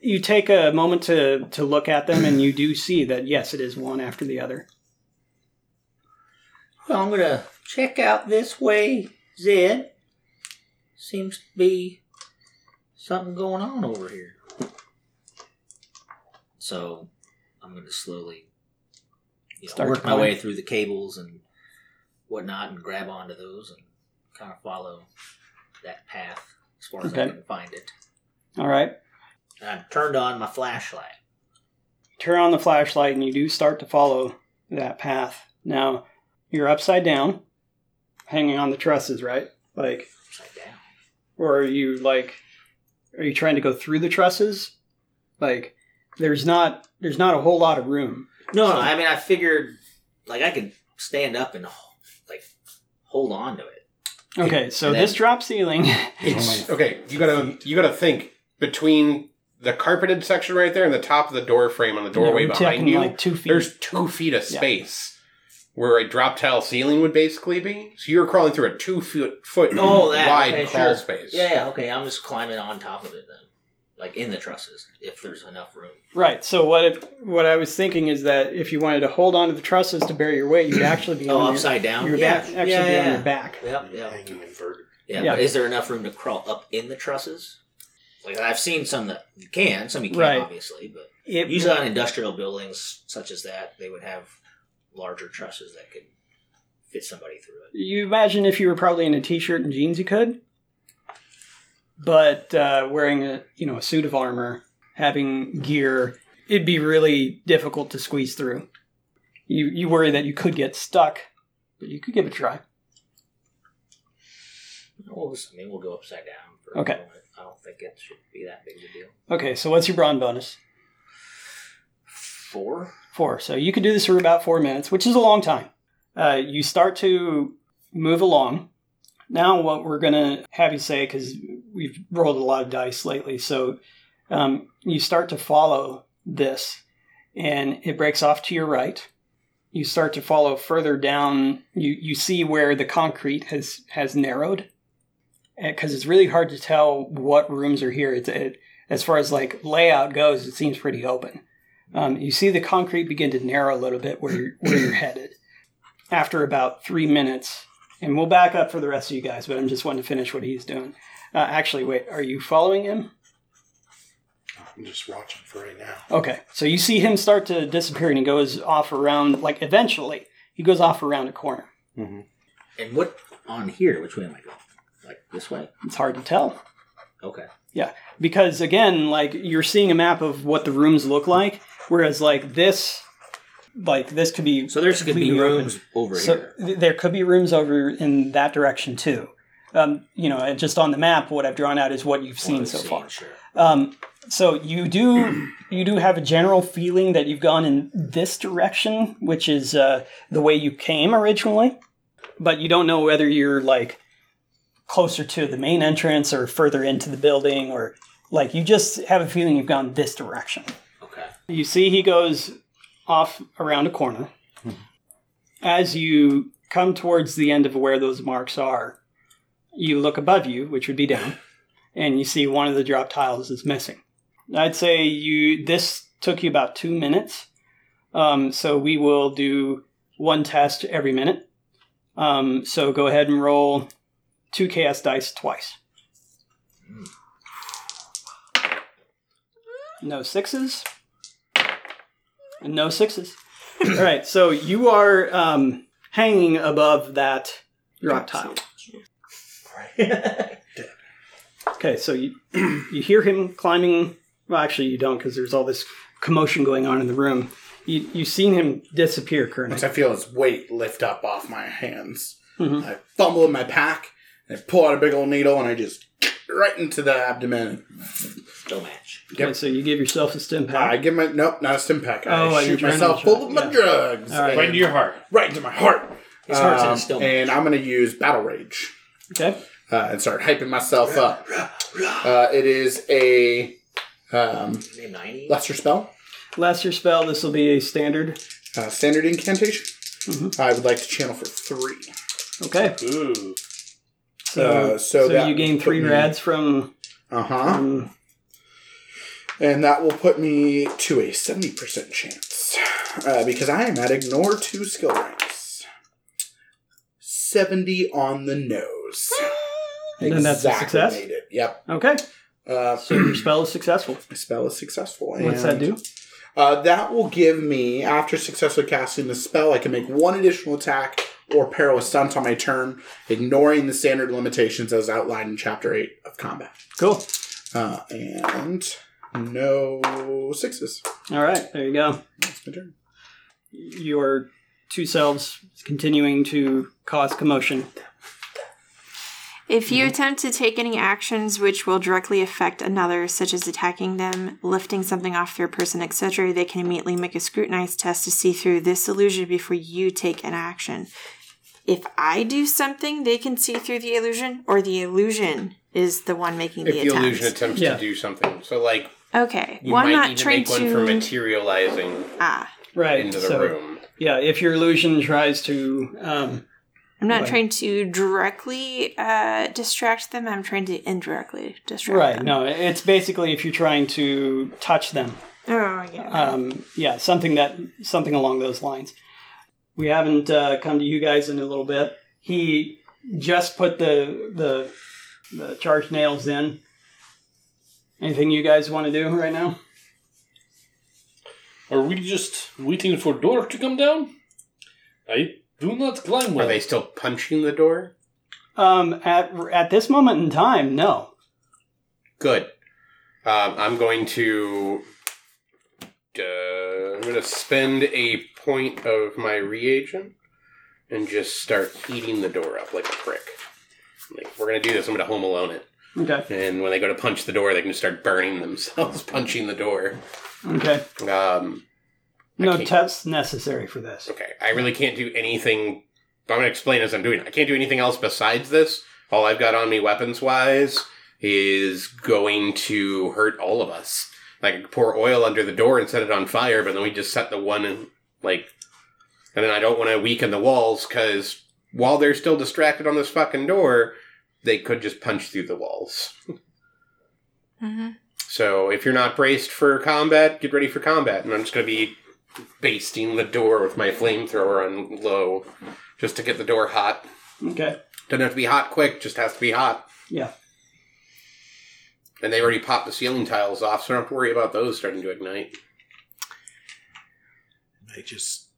S1: You take a moment to, to look at them, and you do see that, yes, it is one after the other.
S4: Well, I'm gonna check out this way, Zed. Seems to be something going on over here. So I'm gonna slowly you know,
S1: Start
S4: work my
S1: climbing.
S4: way through the cables and whatnot and grab onto those and kind of follow that path as far as I
S1: Okay.
S4: can find it.
S1: All right.
S4: And I turned on my flashlight.
S1: turn on the flashlight and you do start to follow that path. Now, you're upside down, hanging on the trusses, right? Like,
S4: Upside down.
S1: or are you like, are you trying to go through the trusses? Like, there's not there's not a whole lot of room.
S4: No, no, I mean, I figured, like, I could stand up and, like, hold on to it.
S1: Okay, so
S4: And then-
S1: this drop ceiling.
S5: It's okay. You gotta you gotta think between the carpeted section right there and the top of the door frame on the doorway
S1: Yeah, we're
S5: behind
S1: talking
S5: you.
S1: like two feet.
S5: There's two feet of space where a drop tile ceiling would basically be. So you're crawling through a two foot foot
S4: Oh, that
S5: wide
S4: okay,
S5: crawl
S4: sure.
S5: space.
S4: Yeah, yeah, okay. I'm just climbing on top of it then, like in the trusses, if there's enough room.
S1: Right. So what if, what I was thinking is that if you wanted to hold onto the trusses to bear your weight, you'd actually be
S4: Oh,
S1: on
S4: upside down.
S1: your, your
S4: yeah,
S1: back, actually
S4: yeah,
S1: be on
S4: yeah.
S1: your back.
S4: Yep, yep.
S7: Hanging inverted.
S4: Yeah,
S1: Yeah.
S4: but is there enough room to crawl up in the trusses? Like I've seen some that you can, some you can't,
S1: Right.
S4: obviously, but
S1: It,
S4: usually on industrial buildings such as that, they would have larger trusses that could fit somebody through it.
S1: you imagine if you were probably in a t-shirt and jeans, you could. But uh, wearing a you know a suit of armor, having gear, it'd be really difficult to squeeze through. You you worry that you could get stuck, but you could give it a try.
S4: We'll just, I mean, we'll go upside down. For a
S1: Okay.
S4: moment. I don't think it should be that big of a deal.
S1: Okay. So what's your brawn bonus?
S4: Four.
S1: Four. So you could do this for about four minutes, which is a long time. Uh, you start to move along. Now, what we're going to have you say, because we've rolled a lot of dice lately, so um, you start to follow this, and it breaks off to your right. You start to follow further down. You you see where the concrete has has narrowed, because it's really hard to tell what rooms are here. It's it, as far as like layout goes, it seems pretty open. Um, you see the concrete begin to narrow a little bit where you're, where you're headed. After about three minutes, and we'll back up for the rest of you guys, but I'm just wanting to finish what he's doing. Uh, actually, wait, are you following him?
S7: I'm just watching for right now.
S1: Okay, so you see him start to disappear, and he goes off around. Like eventually, he goes off around a corner.
S4: And what on here? Which way am I going? Like this way?
S1: It's hard to tell
S4: Okay.
S1: because again, like you're seeing a map of what the rooms look like, whereas like this, like this could be
S4: So there's going to be
S1: completely open.
S4: rooms over
S1: So
S4: here.
S1: th- there could be rooms over in that direction too. Um, you know, and just on the map, what I've drawn out is what you've seen
S4: We've
S1: so
S4: seen,
S1: far.
S4: Sure.
S1: Um, so you do you do have a general feeling that you've gone in this direction, which is uh, the way you came originally, but you don't know whether you're like closer to the main entrance or further into the building, or like you just have a feeling you've gone this direction.
S4: Okay.
S1: You see, he goes off around a corner. As you come towards the end of where those marks are, you look above you, which would be down, and you see one of the drop tiles is missing. I'd say you this took you about two minutes, um, so we will do one test every minute. Um, so go ahead and roll two chaos dice twice. No sixes. No sixes. All right, so you are um, hanging above that drop tile. Okay, so you you hear him climbing. Well, actually, you don't because there's all this commotion going on in the room. You you've seen him disappear, Colonel.
S6: Once I feel his weight lift up off my hands,
S1: Mhm.
S6: I fumble in my pack and I pull out a big old needle and I just right into the abdomen.
S4: Still match.
S1: Okay, so you give yourself a stim
S6: I
S1: pack.
S6: give my nope, not a stim pack. I
S1: Oh, an
S6: shoot
S1: adrenaline
S6: myself
S1: shot,
S6: full of my
S1: yeah.
S6: drugs
S1: All right.
S6: and
S3: Right into your heart.
S6: right into my heart.
S4: His heart's in
S6: Um,
S4: his stomach.
S6: and I'm going to use battle rage.
S1: Okay,
S6: uh, and start hyping myself up. Uh, it is a um,
S4: Name 90.
S6: lesser spell,
S1: last your spell. This will be a standard.
S6: uh, standard incantation.
S1: Mm-hmm.
S6: I would like to channel for three.
S1: Okay,
S3: Ooh.
S1: so
S6: Uh, so that
S1: you gain
S6: would
S1: three
S6: put me-
S1: rads from.
S6: Uh huh.
S1: from
S6: And that will put me to a 70% chance uh, because I am at ignore two skill ranks. 70 on the nose.
S1: And then that's a success?
S6: made it. Yep.
S1: okay,
S6: Uh,
S1: so your spell is successful.
S6: my spell is successful.
S1: What's that
S6: and-
S1: do?
S6: Uh, that will give me, after successfully casting the spell, I can make one additional attack or parry with stunt on my turn, ignoring the standard limitations as outlined in Chapter 8 of Combat.
S1: Cool.
S6: Uh, and no sixes.
S1: All right, there you go.
S6: That's my turn.
S1: Your two selves continuing to cause commotion.
S2: If
S5: Mm-hmm.
S2: you attempt to take any actions which will directly affect another, such as attacking them, lifting something off their person, etc., they can immediately make a scrutinized test to see through this illusion before you take an action. If I do something, they can see through the illusion, or the illusion is the one making the,
S5: If the
S2: attempt.
S5: illusion attempts
S1: Yeah.
S5: to do something. So like
S2: Okay.
S5: You
S2: well, I'm
S5: might
S2: not
S5: need to
S2: trying
S5: make one for
S2: to.
S5: materializing
S2: ah,
S1: Right.
S5: into the
S1: so
S5: room.
S1: yeah, if your illusion tries to um,
S2: I'm not
S1: Right.
S2: trying to directly uh, distract them. I'm trying to indirectly distract
S1: right,
S2: them.
S1: no, it's basically if you're trying to touch them.
S2: Oh yeah.
S1: Um, yeah, something that something along those lines. We haven't uh, come to you guys in a little bit. He just put the the the charge nails in. Anything you guys want to do right now?
S3: Are we just waiting for door to come down? I do not climb well.
S5: Are they still punching the door?
S1: Um, at at this moment in time, no.
S5: Good. Um, I'm going to. Uh, I'm going to spend a point of my reagent and just start heating the door up like a prick. Like, we're going to do this. I'm going to home alone it.
S1: Okay.
S5: And when they go to punch the door, they can just start burning themselves, punching the door.
S1: Okay.
S5: Um,
S1: No
S5: can't-
S1: tests necessary for this.
S5: okay, I really can't do anything. I'm going to explain as I'm doing it. I can't do anything else besides this. All I've got on me, weapons wise, is going to hurt all of us. Like, I could pour oil under the door and set it on fire, but then we just set the one and, like, and then I don't want to weaken the walls because while they're still distracted on this fucking door, they could just punch through the walls.
S2: hmm
S5: So if you're not braced for combat, get ready for combat. And I'm just going to be basting the door with my flamethrower on low just to get the door hot.
S1: Okay.
S5: Doesn't have to be hot quick, just has to be hot.
S1: Yeah.
S5: And they already popped the ceiling tiles off, so I don't have to worry about those starting to ignite.
S7: I just.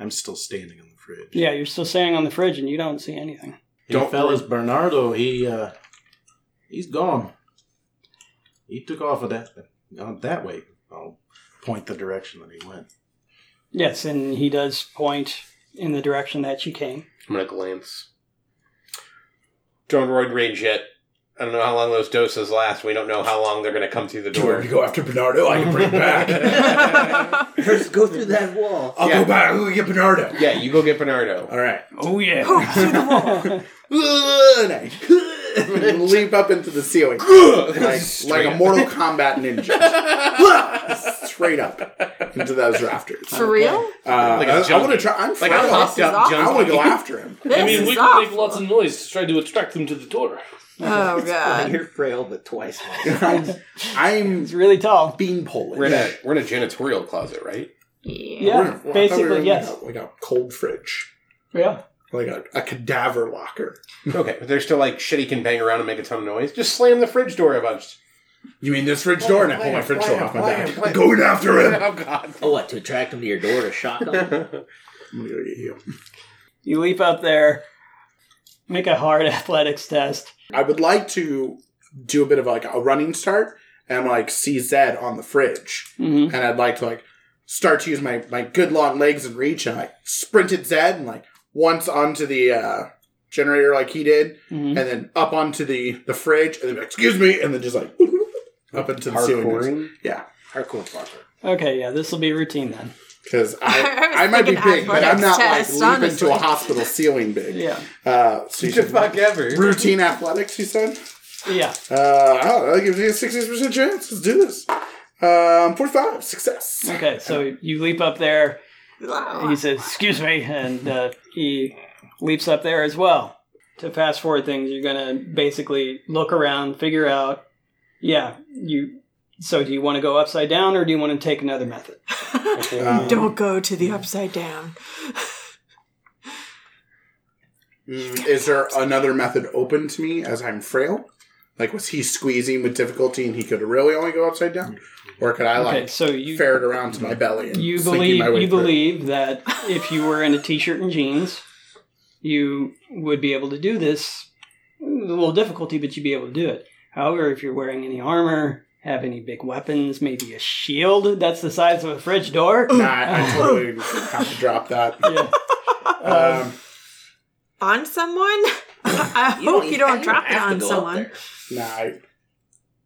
S7: I'm still standing on the fridge.
S1: Yeah, you're still staying on the fridge and you don't see anything.
S7: Hey,
S5: Don't
S7: fellas, Bernardo, he uh, he's gone. He took off of that on that way. I'll point the direction that he went.
S1: Yes, and he does point in the direction that you came.
S5: I'm going to glance. Don't roid rage yet. I don't know how long those doses last. We don't know how long they're going to come through the
S8: Do you want
S5: door.
S8: me to go after Bernardo? I can bring him back.
S4: First, go through that wall.
S8: I'll
S5: Yeah.
S8: go back. I'll go get Bernardo.
S5: yeah, you go get Bernardo.
S8: All right.
S1: Oh yeah. Oh,
S8: And I
S6: leap up into the ceiling like, like a Mortal Kombat ninja, straight up into those rafters.
S2: For real?
S6: Uh,
S5: Like a
S6: I- I,
S5: junkie.
S6: want to try. I'm
S5: Like
S6: like
S5: a
S6: I,
S5: popped up
S2: awful.
S5: junkie.
S6: want to go after him.
S2: This
S3: I mean,
S2: is
S3: we can
S2: awful.
S3: make lots of noise to try to attract them to the door.
S2: Oh god.
S4: You're frail, but twice.
S6: I'm, I'm
S1: He's really tall.
S6: being Polish.
S5: We're in a we're in a janitorial closet, right?
S2: Yeah.
S1: Yeah,
S6: We're in a- I thought we were
S1: basically,
S6: in
S1: yes.
S6: Like a, like a cold fridge,
S1: Yeah.
S6: like a, a cadaver locker.
S5: Okay, but they're still like shit. He can bang around and make a ton of noise. Just slam the fridge door a bunch.
S6: You mean this fridge door? And I pull my fridge door off my back. I'm going after him.
S5: Oh God!
S4: Oh, what? To attract them to your door to shock them?
S6: I'm gonna get you.
S1: You leap up there, make a hard athletics test.
S6: I would like to do a bit of like a running start and like see Zed on the fridge,
S1: Mm-hmm.
S6: and I'd like to like start to use my my good long legs and reach and like sprinted Zed and like once onto the uh, generator like he did,
S1: hmm
S6: and then up onto the the fridge, and then be like, excuse me, and then just like up into the ceiling.
S5: Hardcoring.
S6: Yeah,
S5: Hardcore fucker.
S1: Okay, yeah, this will be routine then.
S6: because
S2: I was
S6: I I might be
S2: thinking
S6: big, but I'm
S2: athletics
S6: not like
S2: test,
S6: leaping to a
S2: honestly.
S6: hospital ceiling big.
S1: Yeah.
S6: Uh, so you
S5: The fuck
S6: said
S5: ever.
S6: routine athletics, you said.
S1: Yeah.
S6: Uh, oh, that gives me a 66% chance. Let's do this. Um, 45, success.
S1: Okay, so you leap up there.
S2: Blah.
S1: He says, "Excuse me," and uh, he leaps up there as well. To fast forward things, you're gonna basically look around, figure out. Yeah, you. So, do you want to go upside down, or do you want to take another method?
S6: Um,
S2: Don't go to the upside down.
S6: Is there another method open to me as I'm frail? Like, was he squeezing with difficulty and he could really only go upside down? Or could I,
S1: Okay,
S6: like,
S1: so you
S6: ferret around to my belly and
S1: you
S6: slinky
S1: believe
S6: my way
S1: you
S6: through?
S1: believe that if you were in a t-shirt and jeans, you would be able to do this. A little difficulty, but you'd be able to do it. However, if you're wearing any armor, have any big weapons, maybe a shield that's the size of a fridge door.
S6: Nah, I I totally have to drop that.
S1: Yeah. Uh,
S6: Um,
S2: On someone? I hope you don't drop it on someone.
S6: nah, I,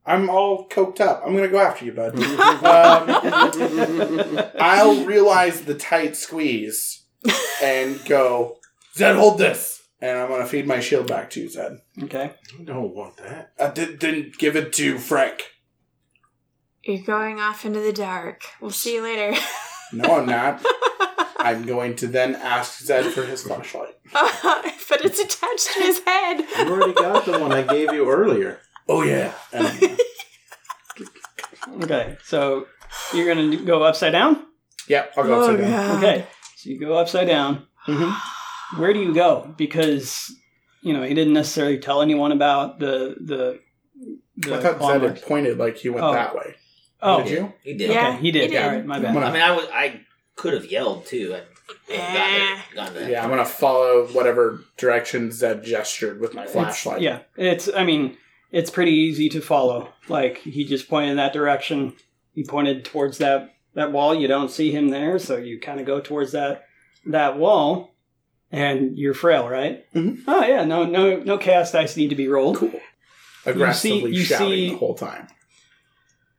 S6: I'm all coked up. I'm going to go after you, bud. Um, I'll realize the tight squeeze and go, Zed, hold this. And I'm going to feed my shield back to you, Zed.
S1: Okay.
S7: I don't want that.
S6: I did, didn't give it to Frank.
S2: You're going off into the dark. We'll see you later.
S6: No, I'm not. I'm going to then ask Zed for his flashlight.
S2: but it's attached to his head.
S7: You already got the one I gave you earlier.
S6: Oh yeah. And-
S1: Okay, so you're gonna go upside down.
S6: yep, I'll go upside down.
S2: Oh,
S6: Mm-hmm.
S1: Okay, so you go upside down. Where do you go? Because you know he didn't necessarily tell anyone about the the. the
S6: I thought Zed
S1: conglomerate.
S6: had pointed like he went
S1: Oh.
S6: that way.
S1: Oh,
S6: Did you?
S4: He did.
S2: Yeah.
S1: okay, he did.
S2: he did.
S1: All right, my bad.
S4: I mean, I was I could have yelled too. I
S2: Eh.
S4: gotten it.
S6: Yeah, I'm gonna follow whatever direction Zed gestured with my flashlight.
S1: Yeah, it's. I mean, it's pretty easy to follow. Like he just pointed in that direction. He pointed towards that that wall. You don't see him there, so you kind of go towards that that wall, and you're frail, right?
S2: Mm-hmm.
S6: Mhm.
S1: Oh yeah, no, no, no cast dice need to be rolled.
S6: Cool. Aggressively
S1: you
S6: shouting
S1: see-
S6: the whole time.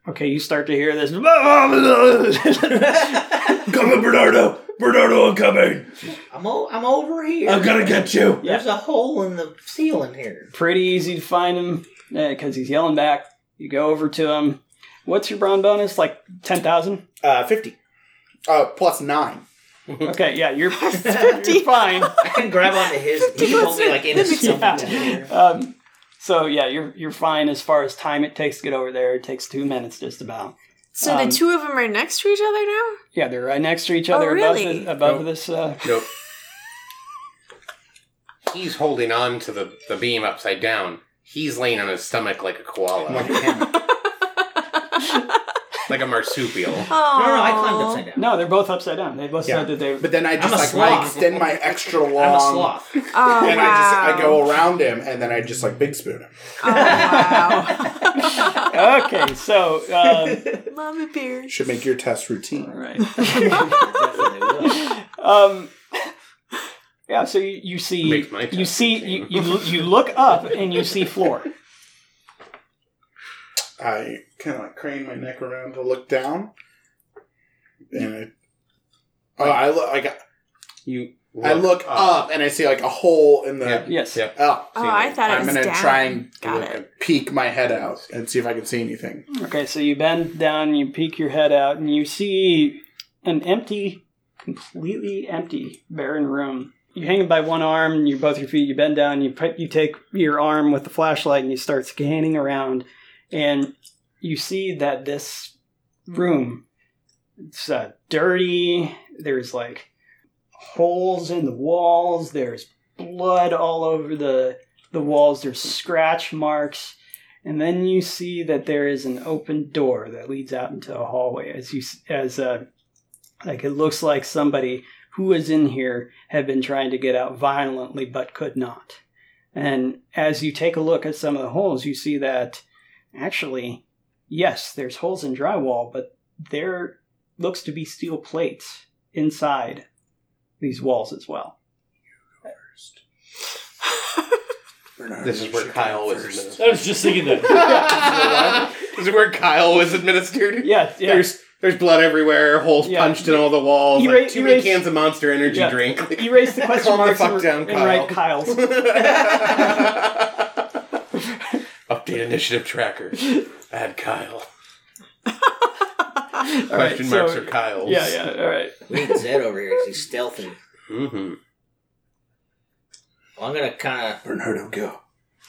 S1: Okay, you start to hear this.
S6: Coming, Bernardo! Bernardo, I'm coming!
S4: I'm o- I'm over here.
S6: gonna get you!
S4: There's a hole in the ceiling here.
S1: pretty easy to find him because he's yelling back. You go over to him. What's your brawn bonus? Like ten thousand?
S6: Uh, 50. Uh, plus 9.
S1: Okay, yeah, you're,
S4: Fifty.
S1: you're fine.
S4: I can grab onto his. He told me like in his
S1: Yeah. Um, so yeah, you're you're fine as far as time it takes to get over there. It takes two minutes just about.
S2: So
S1: Um,
S2: the two of them are next to each other now?
S1: Yeah, they're right next to each other
S2: Oh,
S1: above
S2: really?
S1: this, above
S5: Nope.
S1: this. Uh,
S5: Nope. He's holding on to the, the beam upside down. He's laying on his stomach like a koala, like a marsupial.
S2: Oh,
S4: No, no, I climbed upside down.
S1: no, they're both upside down. They both
S6: Yeah.
S1: said that they.
S6: But then I
S4: a
S6: just like
S4: sloth.
S6: I extend my extra long.
S4: I'm a sloth.
S2: Oh,
S6: And I
S2: wow.
S6: just I go around him and then I just like big spoon him.
S2: Oh, wow.
S1: okay, so um,
S2: Mama beer.
S6: Should make your test routine.
S1: right.
S4: Definitely will.
S1: Um, yeah, so you, you see
S5: Makes my
S1: you
S5: test
S1: see you,
S5: routine.
S1: you lo- you look up and you see floor.
S6: I kind of like crane my neck around to look down, and I oh I look I got
S5: You.
S6: I look up and I see like a hole in the
S5: Yeah.
S1: Yes.
S5: Yeah.
S6: oh.
S2: Oh, I thought it
S6: I'm
S2: was
S6: gonna
S2: down.
S6: try and
S2: Got it.
S6: peek my head out and see if I can see anything.
S1: Okay, so you bend down, you peek your head out, and you see an empty, completely empty, barren room. You hang by one arm, and you both your feet. You bend down, you put, you take your arm with the flashlight, and you start scanning around, and you see that this room, it's uh, dirty. There's like holes in the walls. There's blood all over the the walls. There's scratch marks. And then you see that there is an open door that leads out into a hallway. As you as uh, like it looks like somebody who was in here had been trying to get out violently but could not. And as you take a look at some of the holes, you see that actually, yes, there's holes in drywall, but there looks to be steel plates inside these walls as well.
S5: This is where Kyle was administered.
S3: I was just thinking that.
S5: this is where Kyle was administered.
S1: Yeah, yeah.
S5: There's there's blood everywhere, holes
S1: Yeah.
S5: punched in all the walls,
S1: You
S5: like
S1: ra-
S5: two
S1: you
S5: big
S1: raised-
S5: cans of Monster Energy
S1: Yeah.
S5: drink.
S1: you raised the question
S5: Calm the
S1: marks
S5: fuck
S1: and,
S5: down,
S1: and
S5: Kyle.
S1: write Kyle's.
S5: Update initiative tracker. Add Kyle.
S1: All right,
S5: Question
S1: so-
S5: marks are Kyle's.
S1: Yeah, yeah. All right.
S4: We need Zed over here 'cause he's stealthy.
S5: Mm-hmm.
S4: Well, I'm gonna kind of.
S6: Bernardo, go.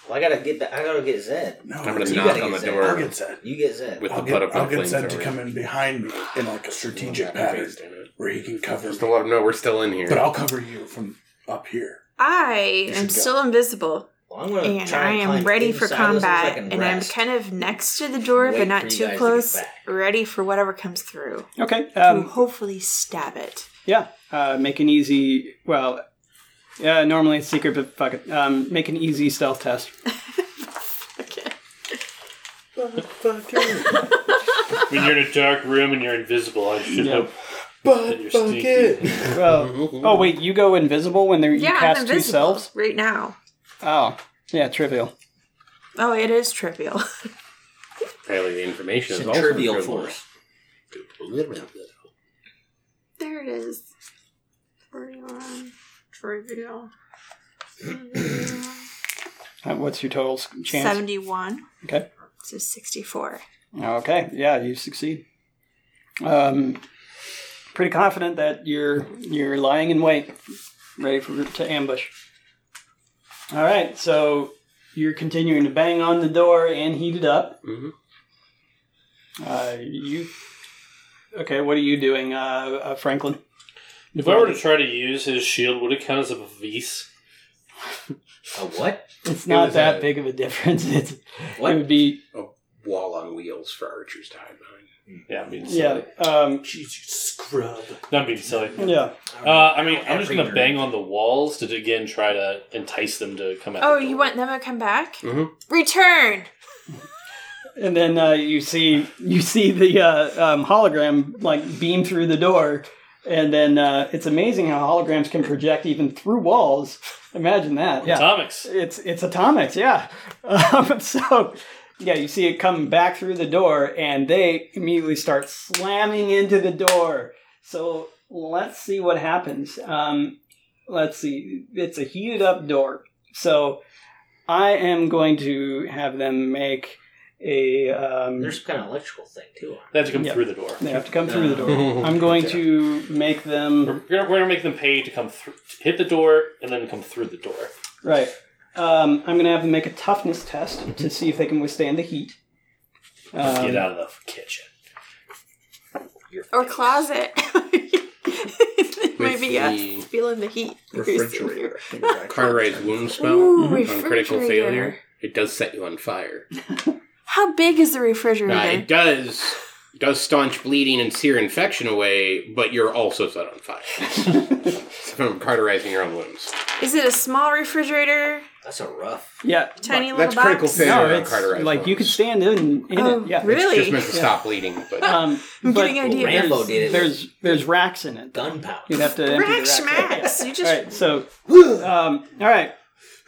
S4: Well, I gotta get. The, I gotta get Zed.
S6: No,
S5: I'm gonna
S4: You
S5: knock
S4: gotta
S5: on the
S4: get Zed.
S5: door
S6: I'll
S5: with
S6: get Zed.
S4: You get Zed.
S5: the
S6: I'll
S5: butt
S6: get,
S5: of the
S6: I'll get Zed to
S5: flamethrower.
S6: come in behind me in like a strategic pattern where he can cover
S5: Just
S6: me.
S5: to let him know we're still in here.
S6: But I'll cover you from up here.
S2: I
S6: You should
S2: am
S6: go.
S2: still invisible,
S4: Well, I'm gonna
S2: and
S4: try
S2: I am
S4: climb
S2: ready for
S4: inside this so I
S2: combat,
S4: can
S2: and I'm
S4: rest.
S2: kind of next to the door,
S4: Wait
S2: but not
S4: for you
S2: too
S4: guys to get
S2: close,
S4: back.
S2: ready for whatever comes through
S1: Okay.
S2: to
S1: Um,
S2: Oh, hopefully stab it.
S1: yeah. Uh, make an easy. Well, yeah. Normally it's secret, but fuck it. Um, make an easy stealth test.
S2: Okay.
S6: Motherfucker.
S3: when you're in a dark room and you're invisible, I should
S1: Yeah.
S3: hope that you're sneaky.
S6: Buttfucker.
S1: Well, oh wait, you go invisible when they're, you
S2: Yeah,
S1: cast
S2: I'm
S1: two
S2: invisible
S1: selves.
S2: right now.
S1: Oh, yeah. Trivial.
S2: Oh, it is trivial.
S5: Apparently, the information is
S4: Some
S5: also
S4: trivial
S5: trivial.
S4: force.
S2: There it is. Trivial. Trivial.
S1: Uh, what's your total s- chance?
S2: Seventy-one.
S1: Okay.
S2: So sixty-four.
S1: Okay, yeah, you succeed. Um, pretty confident that you're you're lying in wait, ready for to ambush. All right, so you're continuing to bang on the door and heat it up.
S5: Mhm.
S1: Uh, you okay? What are you doing, uh, uh, Franklin?
S3: If I were to try to use his shield, would it count as a vise?
S4: A what?
S1: It's
S5: It
S1: not
S5: was
S1: that
S5: a-
S1: big of a difference. It's it
S4: What?
S1: would be
S5: Wall on wheels for archers to hide behind.
S3: Yeah, I'm being
S1: yeah
S3: silly.
S1: um,
S3: Yeah. I'm being silly.
S1: yeah.
S3: Uh, I mean, I'm just
S4: Every
S3: going to
S4: nerd.
S3: bang on the walls to again try to entice them to come out.
S2: Oh,
S3: the
S2: you
S3: door.
S2: want them to come back?
S4: Mm-hmm.
S5: Mhm.
S2: Return.
S1: And then uh, you see you see the uh, um, hologram like beam through the door, and then uh, it's amazing how holograms can project even through walls. Imagine that. Yeah,
S3: Atomics.
S1: it's it's atomics. Yeah. Um, so yeah, you see it come back through the door, and they immediately start slamming into the door. So let's see what happens. Um, let's see. It's a heated up door. So I am going to have them make a. Um,
S4: There's some kind of electrical thing too.
S3: They have to come
S1: Yeah.
S3: through the door.
S1: they have to come through the
S5: Mm-hmm.
S1: door. I'm going to make
S3: We're,
S1: them
S3: we're going to make them pay to come through, hit the door, and then come through the door.
S1: right. Um, I'm going to have them make a toughness test to see if they can withstand the heat.
S3: Let's
S1: Um,
S3: get out of the kitchen.
S2: Or closet. They
S5: With
S2: might be us
S5: the
S2: feeling the heat.
S6: Refrigerator.
S5: Cartwright's wound smell
S2: Ooh,
S5: on critical
S2: refrigerator.
S5: failure. It does set you on fire.
S2: How big is the refrigerator?
S5: Uh, it does it does staunch bleeding and sear infection away, but you're also set on fire from carterizing your own wounds.
S2: Is it a small refrigerator?
S4: That's a rough.
S1: Yeah,
S2: Tiny little
S6: That's
S2: box?
S6: critical
S1: no,
S5: Failure on
S1: it's
S5: carterized
S1: like you
S5: bones.
S1: could stand in in
S2: Oh,
S1: it. Yeah,
S2: really?
S5: Just meant to stop bleeding, but
S1: Um,
S2: I'm
S1: but
S2: getting ideas.
S4: Rambo did it.
S1: there's there's racks in it. You'd
S4: Gunpowder.
S1: have to empty the
S2: Rack
S1: racks out. Yeah.
S2: smacks. You
S1: All
S2: just
S1: right, so um, all right,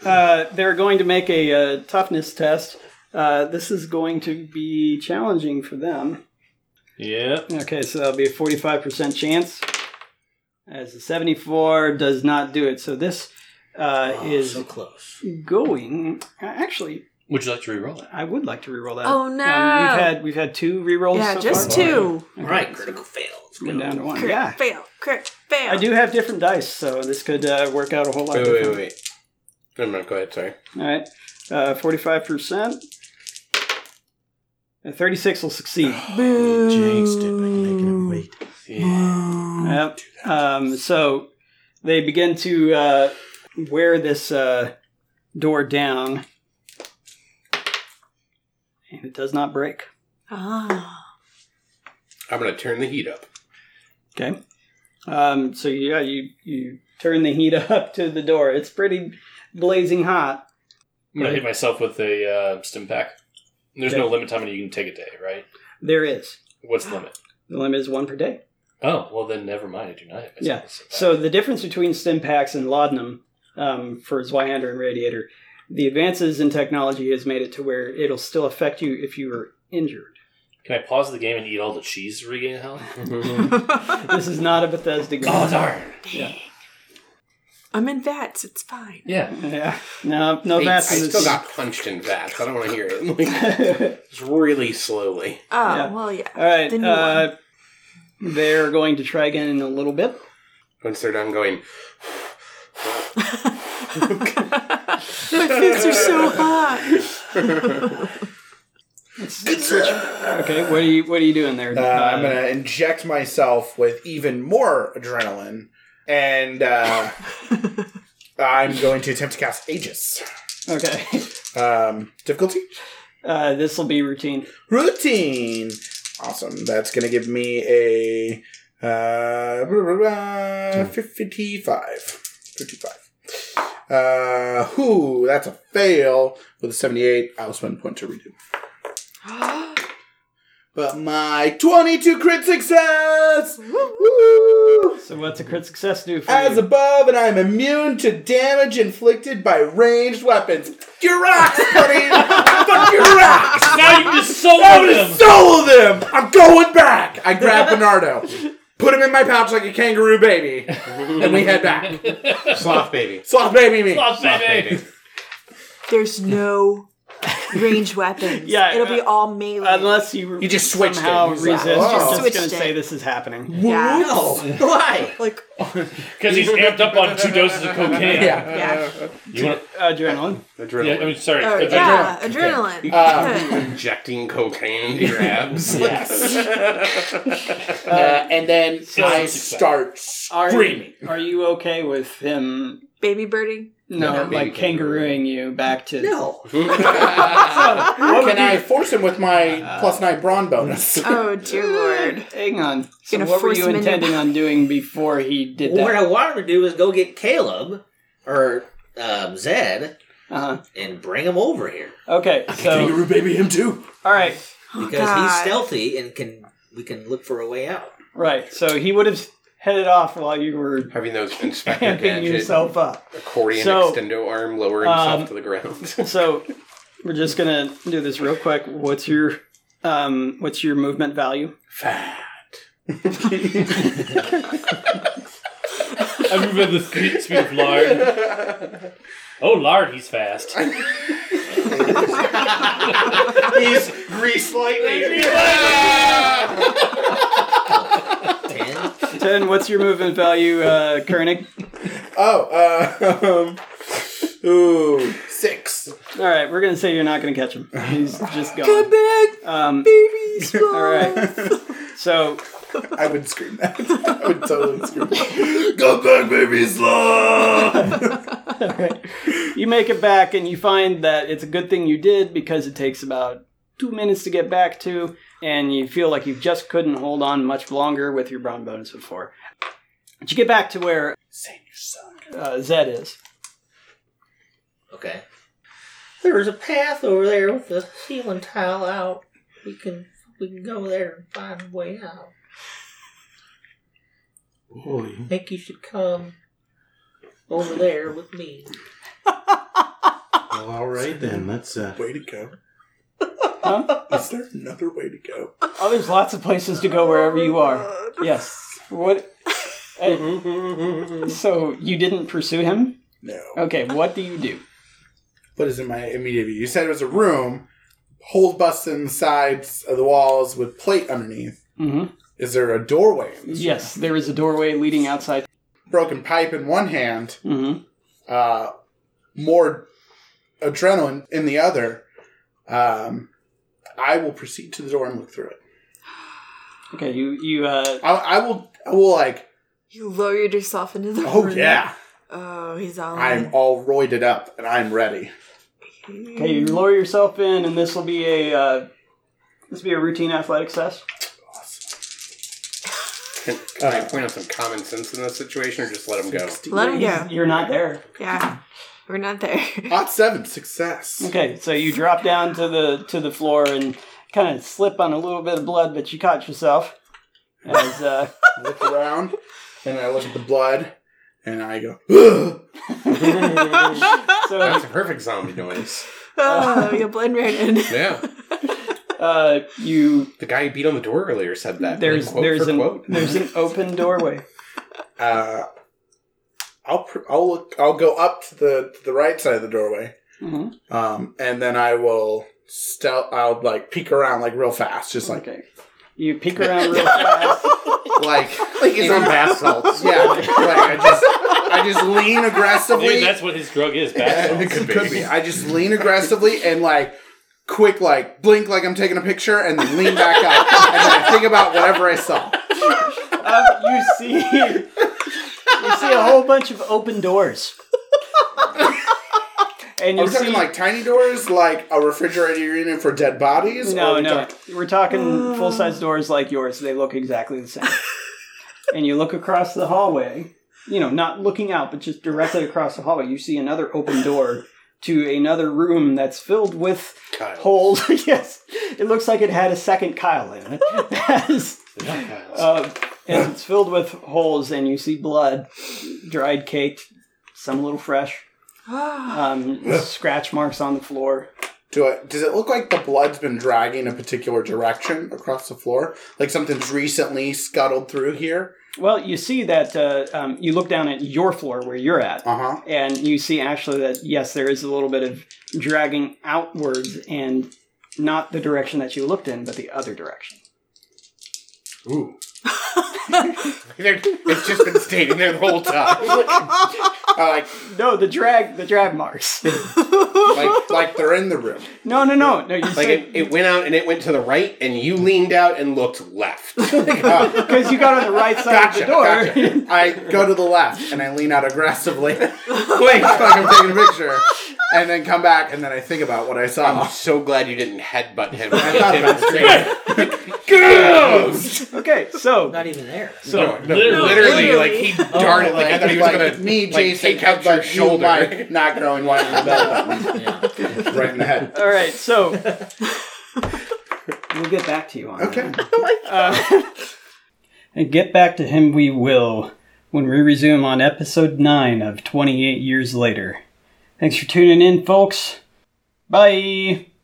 S1: uh, they're going to make a, uh toughness test. Uh, this is going to be challenging for them.
S3: Yeah.
S1: Okay, so that'll be a forty-five percent chance. As a seventy-four does not do it, so this uh,
S4: Oh,
S1: is
S4: so close.
S1: going. Actually,
S3: Would you like to re-roll it?
S1: I would like to reroll that.
S2: Oh,
S1: Um,
S2: no.
S1: we've had we've had two rerolls.
S2: yeah,
S1: Oh, so
S2: just
S1: far.
S2: two.
S4: All right, critical fails.
S1: Went down to one.
S2: Crit,
S1: Yeah,
S2: fail, crit, fail.
S1: I do have different dice, so this could uh, work out a whole lot.
S5: wait, wait,
S1: different.
S5: wait, wait. No, no, go ahead. Sorry.
S1: All right, uh, forty-five percent. Uh, Thirty-six will succeed.
S8: Jinxed it by making him wait.
S1: Yep. Um, so they begin to uh, wear this uh, door down, and it does not break.
S2: Ah.
S5: I'm gonna turn the heat up.
S1: Okay. Um, so yeah, you you turn the heat up to the door. It's pretty blazing hot.
S3: I'm going to hit myself with a uh, stim pack. There's no
S1: Okay.
S3: limit time, and you can take a day, right?
S1: There is
S3: What's the limit?
S1: the limit is one per day.
S3: Oh, well, then never mind. I do not hit myself.
S1: Yeah.
S3: with stim pack.
S1: So the difference between Stimpax and Laudanum um, for Zweihander and Radiator, the advances in technology has made it to where it'll still affect you if you were injured.
S3: Can I pause the game and eat all the cheese to regain health?
S1: this is not a Bethesda game.
S3: oh, darn.
S1: Yeah.
S2: I'm in vats, it's fine.
S3: Yeah.
S1: Yeah. No, no,
S5: I
S1: Oh, that's
S5: still got punched in vats. I don't want to hear it. Like, it's really slowly.
S2: Oh,
S1: Yeah.
S2: well, yeah.
S1: All right.
S2: The new
S1: Uh, they're going to try again in a little bit.
S5: Once they're done going,
S2: My feet are so hot.
S1: Okay. What are you What are you doing there?
S6: Uh, I'm going to inject myself with even more adrenaline. And uh, I'm going to attempt to cast Aegis.
S1: Okay.
S6: Um, difficulty?
S1: Uh, this will be routine.
S6: Routine. Awesome. That's going to give me a uh, blah, blah, blah, 55. 55. Uh, whoo, that's a fail. With a 78, I'll spend a point to redo. But my 22 crit success! Woo!
S1: So what's a crit success do for
S6: As
S1: you?
S6: above, and I'm immune to damage inflicted by ranged weapons. Fuck Your rocks, buddy! Fuck your rocks!
S3: Now you can just solo
S6: I'm gonna
S3: them!
S6: solo them! I'm going back! I grab Bernardo, put him in my pouch like a kangaroo baby, and we head back.
S5: sloth baby.
S6: Sloth baby me!
S3: Sloth
S5: Sloth
S3: baby!
S5: baby.
S2: There's no ranged weapons.
S1: Yeah,
S2: it'll be
S1: uh,
S2: all melee.
S1: Unless you
S6: You just switched
S1: somehow
S6: it.
S1: resist,
S2: Yeah,
S1: you're
S2: just
S1: just
S2: switched
S1: going
S2: it.
S1: to say this is happening.
S2: Yeah.
S4: Why?
S2: like
S3: Because he's amped up on two doses of cocaine.
S6: Yeah.
S2: yeah,
S3: You want?
S1: Uh, Adrenaline.
S3: Yeah, I
S5: Adrenaline.
S3: mean, sorry.
S2: or,
S3: adrenaline.
S2: Oh, yeah, adrenaline.
S5: Injecting cocaine into your abs.
S6: Uh, and then I
S3: it's exciting.
S6: start
S1: Are,
S6: screaming.
S1: are you okay with him?
S2: Baby birding.
S1: No, like
S5: being
S1: kangarooing you back to
S6: No.
S1: What would
S6: Can I force him with my plus nine brawn bonus?
S2: Oh dear lord.
S1: Hang on. So
S2: Gonna
S1: what were
S2: force
S1: you
S2: him in your
S1: intending on doing before he did
S4: Well, what
S1: that?
S4: I wanted to do is go get Caleb or um, Zed
S1: Uh-huh.
S4: and bring him over here
S1: Okay, so
S7: Kangaroo baby him too.
S1: all right,
S4: because he's
S2: Oh, God.
S4: stealthy and can we can look for a way out.
S1: right. So he would have headed off while you were
S5: Having those inspector
S1: amping
S5: gadget
S1: yourself up.
S5: accordion
S1: So,
S5: extendo arm lower himself
S1: um,
S5: to the ground.
S1: So we're just gonna do this real quick. What's your um, what's your movement value?
S3: I remember the speed, speed of lard. Oh, lard, he's fast.
S5: He's greased lightning.
S4: Ten.
S1: Ten. What's your movement value, uh, Koenig?
S6: Oh, uh, um, ooh, six.
S1: All right, we're gonna say you're not gonna catch him. He's just gone. Um, all right. So
S6: I would scream that. I would totally scream that.
S7: Go back, baby slow.
S1: you make it back and you find that it's a good thing you did because it takes about two minutes to get back to and you feel like you just couldn't hold on much longer with your brown bonus before but you get back to where uh, zed is
S4: Okay. There's a path over there with the ceiling tile out. We can we can go there and find a way out. I
S7: Holy.
S4: think you should come over there with me.
S7: Well, all right then. That's uh.
S6: Way to go.
S1: huh?
S6: Is there another way to go?
S1: oh there's lots of places to go wherever you are yes what Hey, so you didn't pursue him
S6: No.
S1: okay what do you do
S6: What is in my immediate view? You said it was a room, holes busted in the sides of the walls with plate underneath.
S1: hmm
S6: Is there a doorway? in this
S1: yes there is a doorway leading outside
S6: room? Broken pipe in one hand,
S1: hmm
S6: uh, more adrenaline in the other. Um, I will proceed to the door and look through it.
S1: okay you you uh
S6: I, I will. I will like.
S2: You lowered yourself into the
S6: Oh
S2: room.
S6: yeah,
S2: Oh, he's all.
S6: I'm all roided up and I'm ready.
S1: Okay, you lower yourself in, and this will be a uh, this will be a routine athletic test.
S5: Can, can I point out some common sense in this situation, or just let him go?
S2: Let him
S1: He's-
S2: go.
S1: You're not there.
S2: Yeah, we're not there.
S6: Hot seven success.
S1: Okay, so you drop down to the to the floor and kind of slip on a little bit of blood, but you caught yourself. As uh,
S6: look around and I look at the blood and I go. Ugh!
S1: so
S5: That's a perfect zombie noise.
S2: oh, you're blend right in.
S5: Yeah,
S1: uh, you
S5: the guy who beat on the door earlier said that.
S1: there's
S5: like, quote
S1: there's
S5: for
S1: an
S5: quote.
S1: there's an open doorway.
S6: Uh, I'll pr- I'll look. I'll go up to the to the right side of the doorway.
S5: Uh-huh.
S1: hmm
S6: Um, and then I will stealth. I'll like peek around like real fast, just like
S1: Okay, you peek around real fast.
S6: like like
S5: He's on bath salts.
S6: Yeah, like I just I just lean aggressively.
S3: Maybe that's what his drug is. Bath
S6: Yeah,
S3: salts.
S6: it could, be. I just lean aggressively and like quick, like blink like I'm taking a picture, and then lean back up, and then I think about whatever I saw.
S1: Um, you see you see a whole bunch of open doors. And
S5: Oh,
S6: Are
S1: you
S6: we talking
S1: see
S6: like tiny doors, like a refrigerator unit for dead bodies? Or are
S1: No,
S6: we
S1: no.
S6: talking-
S1: We're
S5: Uh.
S1: talking full size doors like yours. They look exactly the same. and you look across the hallway, you know, not looking out, but just directly across the hallway, you see another open door to another room that's filled with
S5: Kyle.
S1: holes. yes. It looks like it had a second Kyle in it. As- uh, and it's filled with holes, and you see blood, dried, caked, some a little fresh, um, scratch marks on the floor.
S6: Do I, does it look like the blood's been dragging a particular direction across the floor? Like something's recently scuttled through here?
S1: Well, you see that uh, um, you look down at your floor where you're at,
S6: Uh huh.
S1: and you see actually that yes, there is a little bit of dragging outwards and not the direction that you looked in, but the other direction.
S9: Ooh.
S5: They're- It's just been standing there the whole time.
S6: Uh, like,
S1: No, the drag, the drag marks.
S6: like, like they're in the room.
S1: no, no, no, no. You because
S5: Like it, it went out and it went to the right, and you leaned out and looked left.
S1: you got on the right side of
S6: Gotcha,
S1: the door.
S6: gotcha. I go to the left and I lean out aggressively, wink like I'm taking a picture, and then come back and then I think about what I
S5: I'm
S6: saw.
S5: so glad you didn't headbutt him.
S6: I thought about it.
S1: Okay, so
S4: Not even there.
S5: Oh,
S3: So
S5: literally,
S3: literally,
S5: like he darted. like, Oh, I thought he was
S6: like,
S5: gonna
S6: me,
S5: like,
S6: Jason,
S5: take out
S6: but
S5: your
S6: you,
S5: shoulder.
S6: Mike, not growing one in the belly
S4: Yeah.
S6: button, right in the head.
S1: all right, so we'll get back to you on that.
S6: Okay.
S1: And get back to him we will when we resume on episode 9 of 28 Years Later. Thanks for tuning in, folks. Bye.